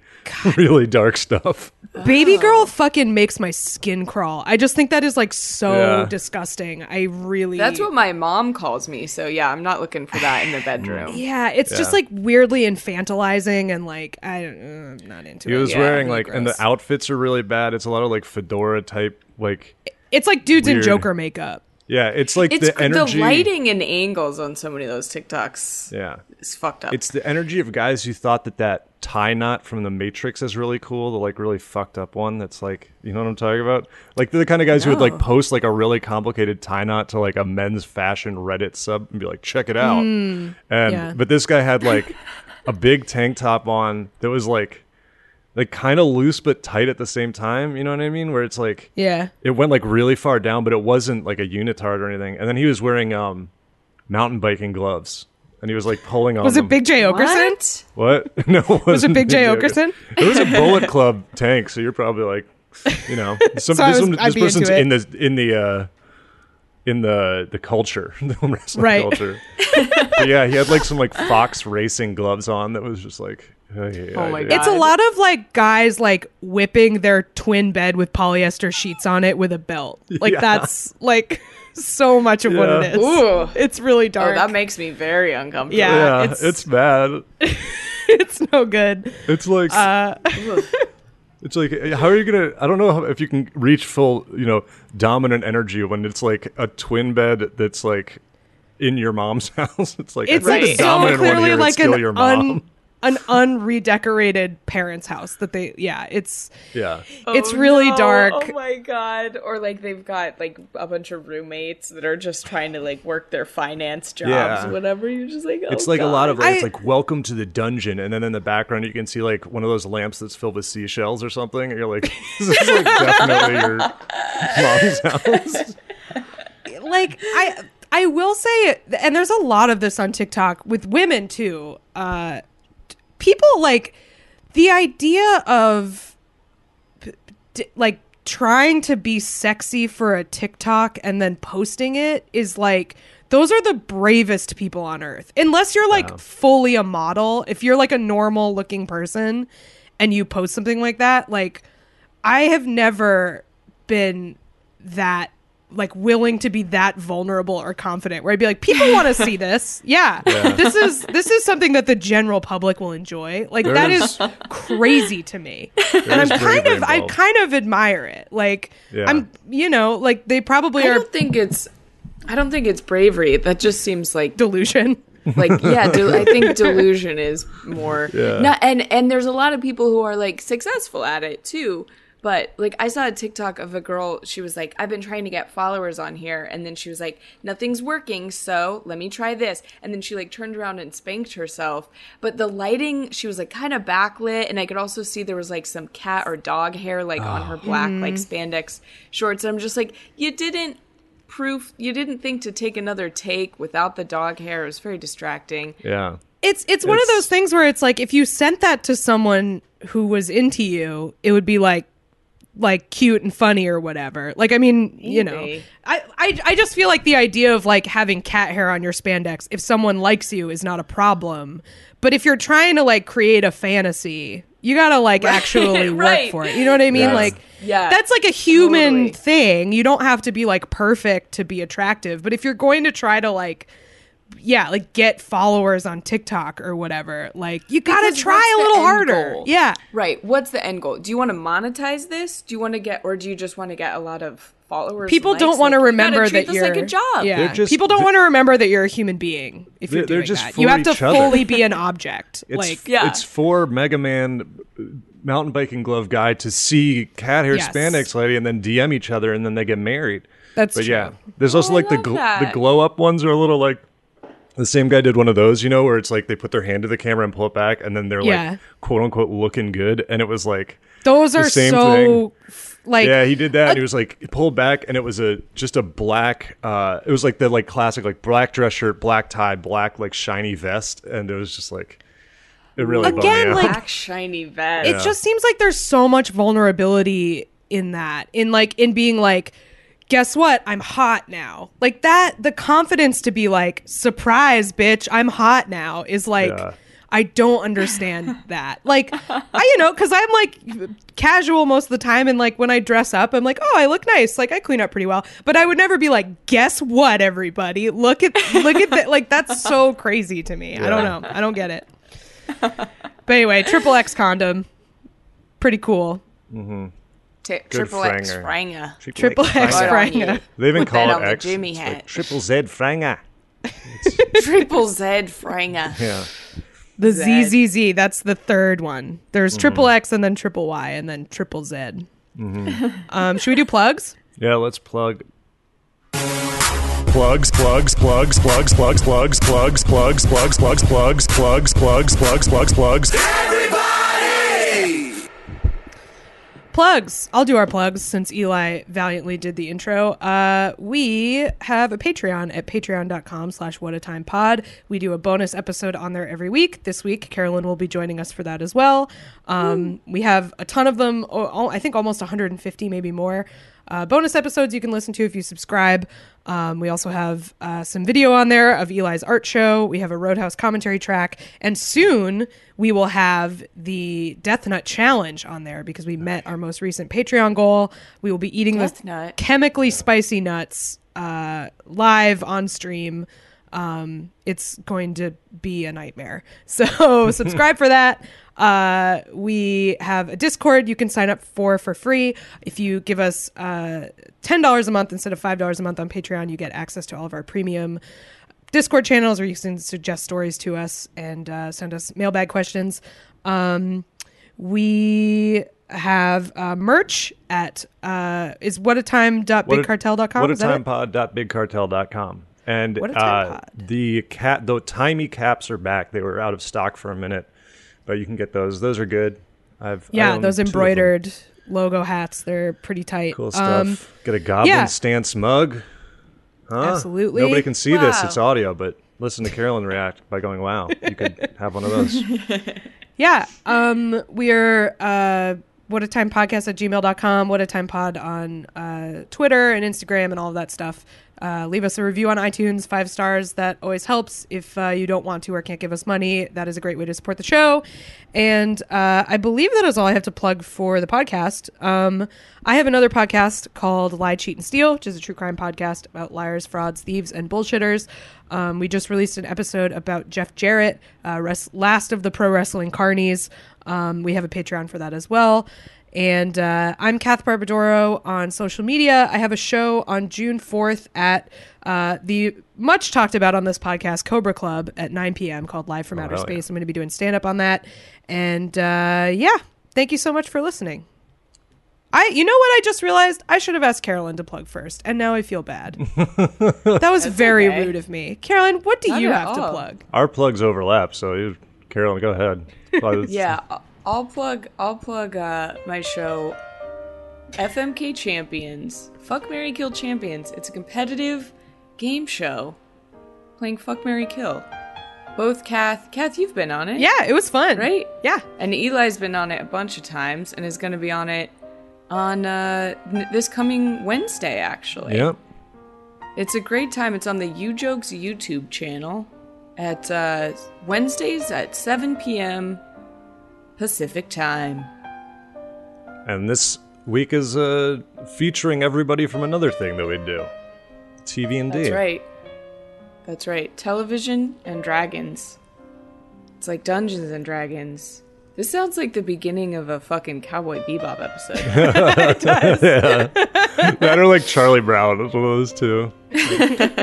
really dark stuff.
Oh.
Baby girl fucking makes my skin crawl. I just think that is like so
Yeah.
disgusting. I really.
That's what my mom calls me. So yeah, I'm not looking for that in the bedroom.
Yeah, it's just
Yeah.
like weirdly infantilizing, and like I don't, uh, I'm not into
He
it.
was
Yeah,
wearing
really
like, and the
gross.
outfits are really bad. It's a lot of like fedora type like.
It's like dudes in
Weird.
Joker makeup.
Yeah, it's like
It's
the energy.
lighting and angles on so many of those TikToks
Yeah,
is fucked up.
it's the energy of guys who thought that that tie knot from the Matrix is really cool, the like really fucked up one that's like, you know what I'm talking about? Like they're the kind of guys who would like post like a really complicated tie knot to like a men's fashion Reddit sub and be like, check it out. and
yeah.
but this guy had like a big tank top on that was like like kind of loose but tight at the same time. You know what I mean? Where it's like
Yeah.
it went like really far down, but it wasn't like a unitard or anything. And then he was wearing um mountain biking gloves. And he was like pulling on
Was it
them.
Big J Okerson?
What?
What? No, it wasn't
Big J. Okerson?
It was a Bullet Club tank, so you're probably like, you know, some,
So I
this,
was-
one-
I'd
this
be into
person's
it.
in the in the uh, in the the culture, the wrestling
Right.
culture. But yeah, he had like some like fox racing gloves on that was just like, oh, yeah,
Oh my
dude.
God.
It's a lot of like guys like whipping their twin bed with polyester sheets on it with a belt. Like
Yeah.
that's like so much of what
Yeah.
it is.
Ooh.
It's really
Oh,
dark.
that makes me very uncomfortable.
Yeah.
Yeah,
it's-
it's, bad.
it's no good.
It's like
Uh,
it's like uh, how are you gonna? I don't know how, if you can reach full, you know, dominant energy when it's like a twin bed that's like in your mom's house. It's like I
It's
think the
like so
Right.
dominant one
clearly
here is
like
still
an
your mom.
un, an unredecorated parents' house that they yeah, it's
yeah,
it's
Oh,
really
no.
dark.
Oh my god! Or like they've got like a bunch of roommates that are just trying to like work their finance jobs,
Yeah.
whatever. You're just like, oh,
it's like a lot of
God.
like, it's
I-
like welcome to the dungeon, and then in the background you can see like one of those lamps that's filled with seashells or something. And you're like, this is like definitely your mom's house.
like I I will say and there's a lot of this on TikTok with women too. Uh t- people like the idea of p- d- like trying to be sexy for a TikTok and then posting it is like those are the bravest people on earth. Unless you're like fully a model, if you're like a normal looking person and you post something like that, like I have never been that like willing to be that vulnerable or confident where I'd be like people want to see this. Yeah. This is this is something that the general public will enjoy. Like
There
that
is-
is crazy to me. and I'm
is bravery
kind of I
involved.
kind of admire it. Like
Yeah.
I'm you know, like they probably
I
are
don't think it's. I don't think it's bravery. That just seems like
delusion.
like yeah del- i think delusion is more
Yeah.
No, and and there's a lot of people who are like successful at it too but like i saw a tiktok of a girl she was like i've been trying to get followers on here and then she was like nothing's working so let me try this and then she like turned around and spanked herself but the lighting she was like kind of backlit and i could also see there was like some cat or dog hair like on her black like spandex shorts and i'm just like you didn't proof you didn't think to take another take without the dog hair it was very distracting
Yeah,
It's it's one of
It's-
those things where it's like if you sent that to someone who was into you, it would be like like cute and funny or whatever. Like I mean, you know, I,
Maybe.
I I just feel like the idea of like having cat hair on your spandex if someone likes you is not a problem. But if you're trying to like create a fantasy, you gotta like actually work
right.
for it. You know what I mean?
Yeah.
Like
Yeah,
that's like a human
totally.
thing. You don't have to be like perfect to be attractive. But if you're going to try to like yeah, like get followers on TikTok or whatever. Like you gotta
Because
try
what's
a
the
little
end
harder.
goal?
Yeah.
right what's the end goal do you want to monetize this do you want to get or do you just want to get a lot of followers
People
and
don't
likes?
want to
Like, you gotta
remember
treat
that
this
you're
like a job
Yeah,
They're just-
people don't
they-
want to remember that you're a human being if you're
They're- they're
doing
just
that.
for
You have to
each other.
fully be an object.
it's
like
Yeah.
it's for Mega Man uh, mountain biking glove guy to see cat hair
Yes.
spandex lady and then DM each other and then they get married.
that's
But
true. Oh,
yeah, there's also
I
like the
love
gl- the
that.
glow up ones are a little like the same guy did one of those, you know, where it's like they put their hand to the camera and pull it back, and then they're
Yeah.
like quote unquote looking good, and it was like
Those
the
are
same
so f- like
yeah, he did that. and he was like he pulled back, and it was a just a black. uh It was like the like classic like black dress shirt, black tie, black like shiny vest, and it was just like it really bummed me
Again,
out.
like,
black shiny vest
it just seems like there's so much vulnerability in that in like in being like guess what i'm hot now like that the confidence to be like surprise bitch i'm hot now is like
Yeah.
i don't understand that like i you know because i'm like casual most of the time and like when i dress up i'm like oh i look nice like i clean up pretty well but i would never be like guess what everybody look at look at that like that's so crazy to me i don't
Yeah.
know i don't get it but anyway, triple X condom, pretty cool.
T- triple x
franger.
franger
Triple X
Right on
Franga.
you.
They even
Put
call
that
it
on the
X.
Jimmy
It's
hat.
like triple Z Franga.
triple z franger
Yeah.
The
Zed.
ZZZ. That's the third one. There's triple X and then triple Y and then triple Z. um, should we do plugs?
Yeah, let's plug. Plugs, plugs, plugs, plugs, plugs, plugs, plugs, plugs, plugs, plugs, plugs, plugs, plugs, plugs, plugs, plugs.
Plugs. I'll do our plugs since Eli valiantly did the intro. Uh, we have a Patreon at patreon.com slash whatatimepod. We do a bonus episode on there every week. This week, Carolyn will be joining us for that as well. Um, We have a ton of them, oh, oh, I think almost 150, maybe more. uh, bonus episodes you can listen to if you subscribe. Um, we also have uh, some video on there of Eli's art show. We have a Roadhouse commentary track, and soon we will have the Death Nut Challenge on there because we met our most recent Patreon goal. We will be eating
Death
the
nut.
chemically spicy nuts uh, live on stream. Um, it's going to be a nightmare. So subscribe for that. Uh, we have a Discord you can sign up for for free. If you give us uh, ten dollars a month instead of five dollars a month on Patreon, you get access to all of our premium Discord channels, where you can suggest stories to us and uh, send us mailbag questions. Um, we have uh, merch at uh, is whatatime.bigcartel.com.
What a
is that
time
it?
pod.bigcartel.com. And
What a time
uh,
pod.
the cat, the timey caps are back. They were out of stock for a minute, but you can get those. Those are good. Uh, I've I
Yeah,
own
those
Um, two of them.
embroidered logo hats. They're pretty tight. Um,
Cool stuff.
um,
get a goblin
yeah.
stance mug. Huh?
Absolutely.
Nobody can see this.
Wow.
It's audio, but listen to Carolyn react by going, "Wow, you could have one of those."
yeah. Um, we're uh, what a time podcast at gmail.com, what a time pod on uh, Twitter and Instagram and all of that stuff. Uh, leave us a review on iTunes, five stars. That always helps. If uh, you don't want to or can't give us money, that is a great way to support the show. And uh, I believe that is all I have to plug for the podcast. Um, I have another podcast called Lie, Cheat, and Steal, which is a true crime podcast about liars, frauds, thieves, and bullshitters. Um, we just released an episode about Jeff Jarrett, uh, res- last of the pro wrestling carnies. Um, we have a Patreon for that as well. And uh, I'm Kath Barbadoro on social media. I have a show on June 4th at uh, the much talked about on this podcast, Cobra Club, at 9 p.m. called Live from Outer
Oh, hell yeah.
Space. I'm going to be doing stand up on that. And uh, yeah, thank you so much for listening. I, you know what I just realized? I should have asked Carolyn to plug first, and now I feel bad. that was very
okay.
rude of me, Carolyn. What do
Not
you
at
have to
all.
plug?
Our plugs overlap, so you, Carolyn, go ahead. Well, it's-
Yeah, I- I'll plug. I'll plug uh, my show, FMK Champions. Fuck Mary Kill Champions. It's a competitive game show playing Fuck Mary Kill. Both Kath, Kath, you've been on it,
Yeah, it was fun,
right?
Yeah,
And Eli's been on it a bunch of times, and is going to be on it on uh, n- this coming Wednesday, actually.
Yep.
It's a great time. It's on the You Jokes YouTube channel at uh, Wednesdays at 7 p.m. Pacific time.
And this week is uh, featuring everybody from another thing that we do, TV and D.
That's right. That's right. Television and Dragons. It's like Dungeons and Dragons. This sounds like the beginning of a fucking Cowboy Bebop episode.
That are like Charlie Brown. It's one of those two.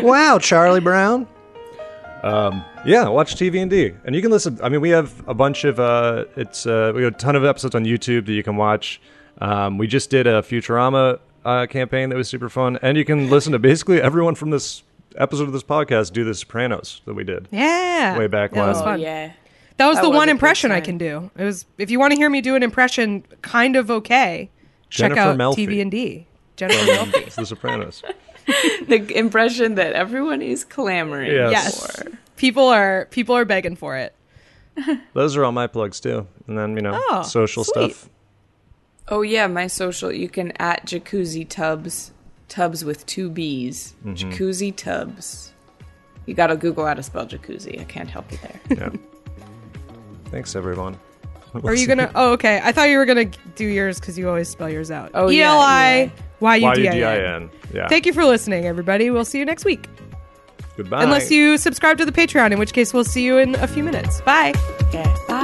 wow, Charlie Brown. Um, yeah, watch TV and D, and you can listen. I mean, we have a bunch of uh, it's uh, we have a ton of episodes on YouTube that you can watch. Um, we just did a Futurama uh, campaign that was super fun, and you can listen to basically everyone from this episode of this podcast do the Sopranos that we did.
yeah.
Way back
that was
when.
oh,
fun.
yeah.
That was
That
the
was
one
a good
impression I
time.
can do. It was if you want to hear me do an impression, kind of okay.
Jennifer
check out
Melfi.
TV and D. Jennifer Melfi.
It's the Sopranos.
The impression that everyone is clamoring
Yes.
Yes,
for.
people are people are begging for it.
Those are all my plugs too, and then you know
Oh,
social
sweet.
stuff.
Oh, yeah. My social, you can at Jacuzzi Tubs, Tubs with two B's. Jacuzzi Tubs. You gotta Google how to spell jacuzzi. I can't help you there.
Yeah. Thanks everyone.
Are you gonna? Oh, okay. I thought you were gonna do yours because you always spell yours out.
Oh,
E
yeah,
L I Y U
Y
D
U D
I
I
N.
N. Yeah.
Thank you for listening, everybody. We'll see you next week.
Goodbye.
Unless you subscribe to the Patreon, in which case we'll see you in a few minutes. Bye.
Okay. Bye.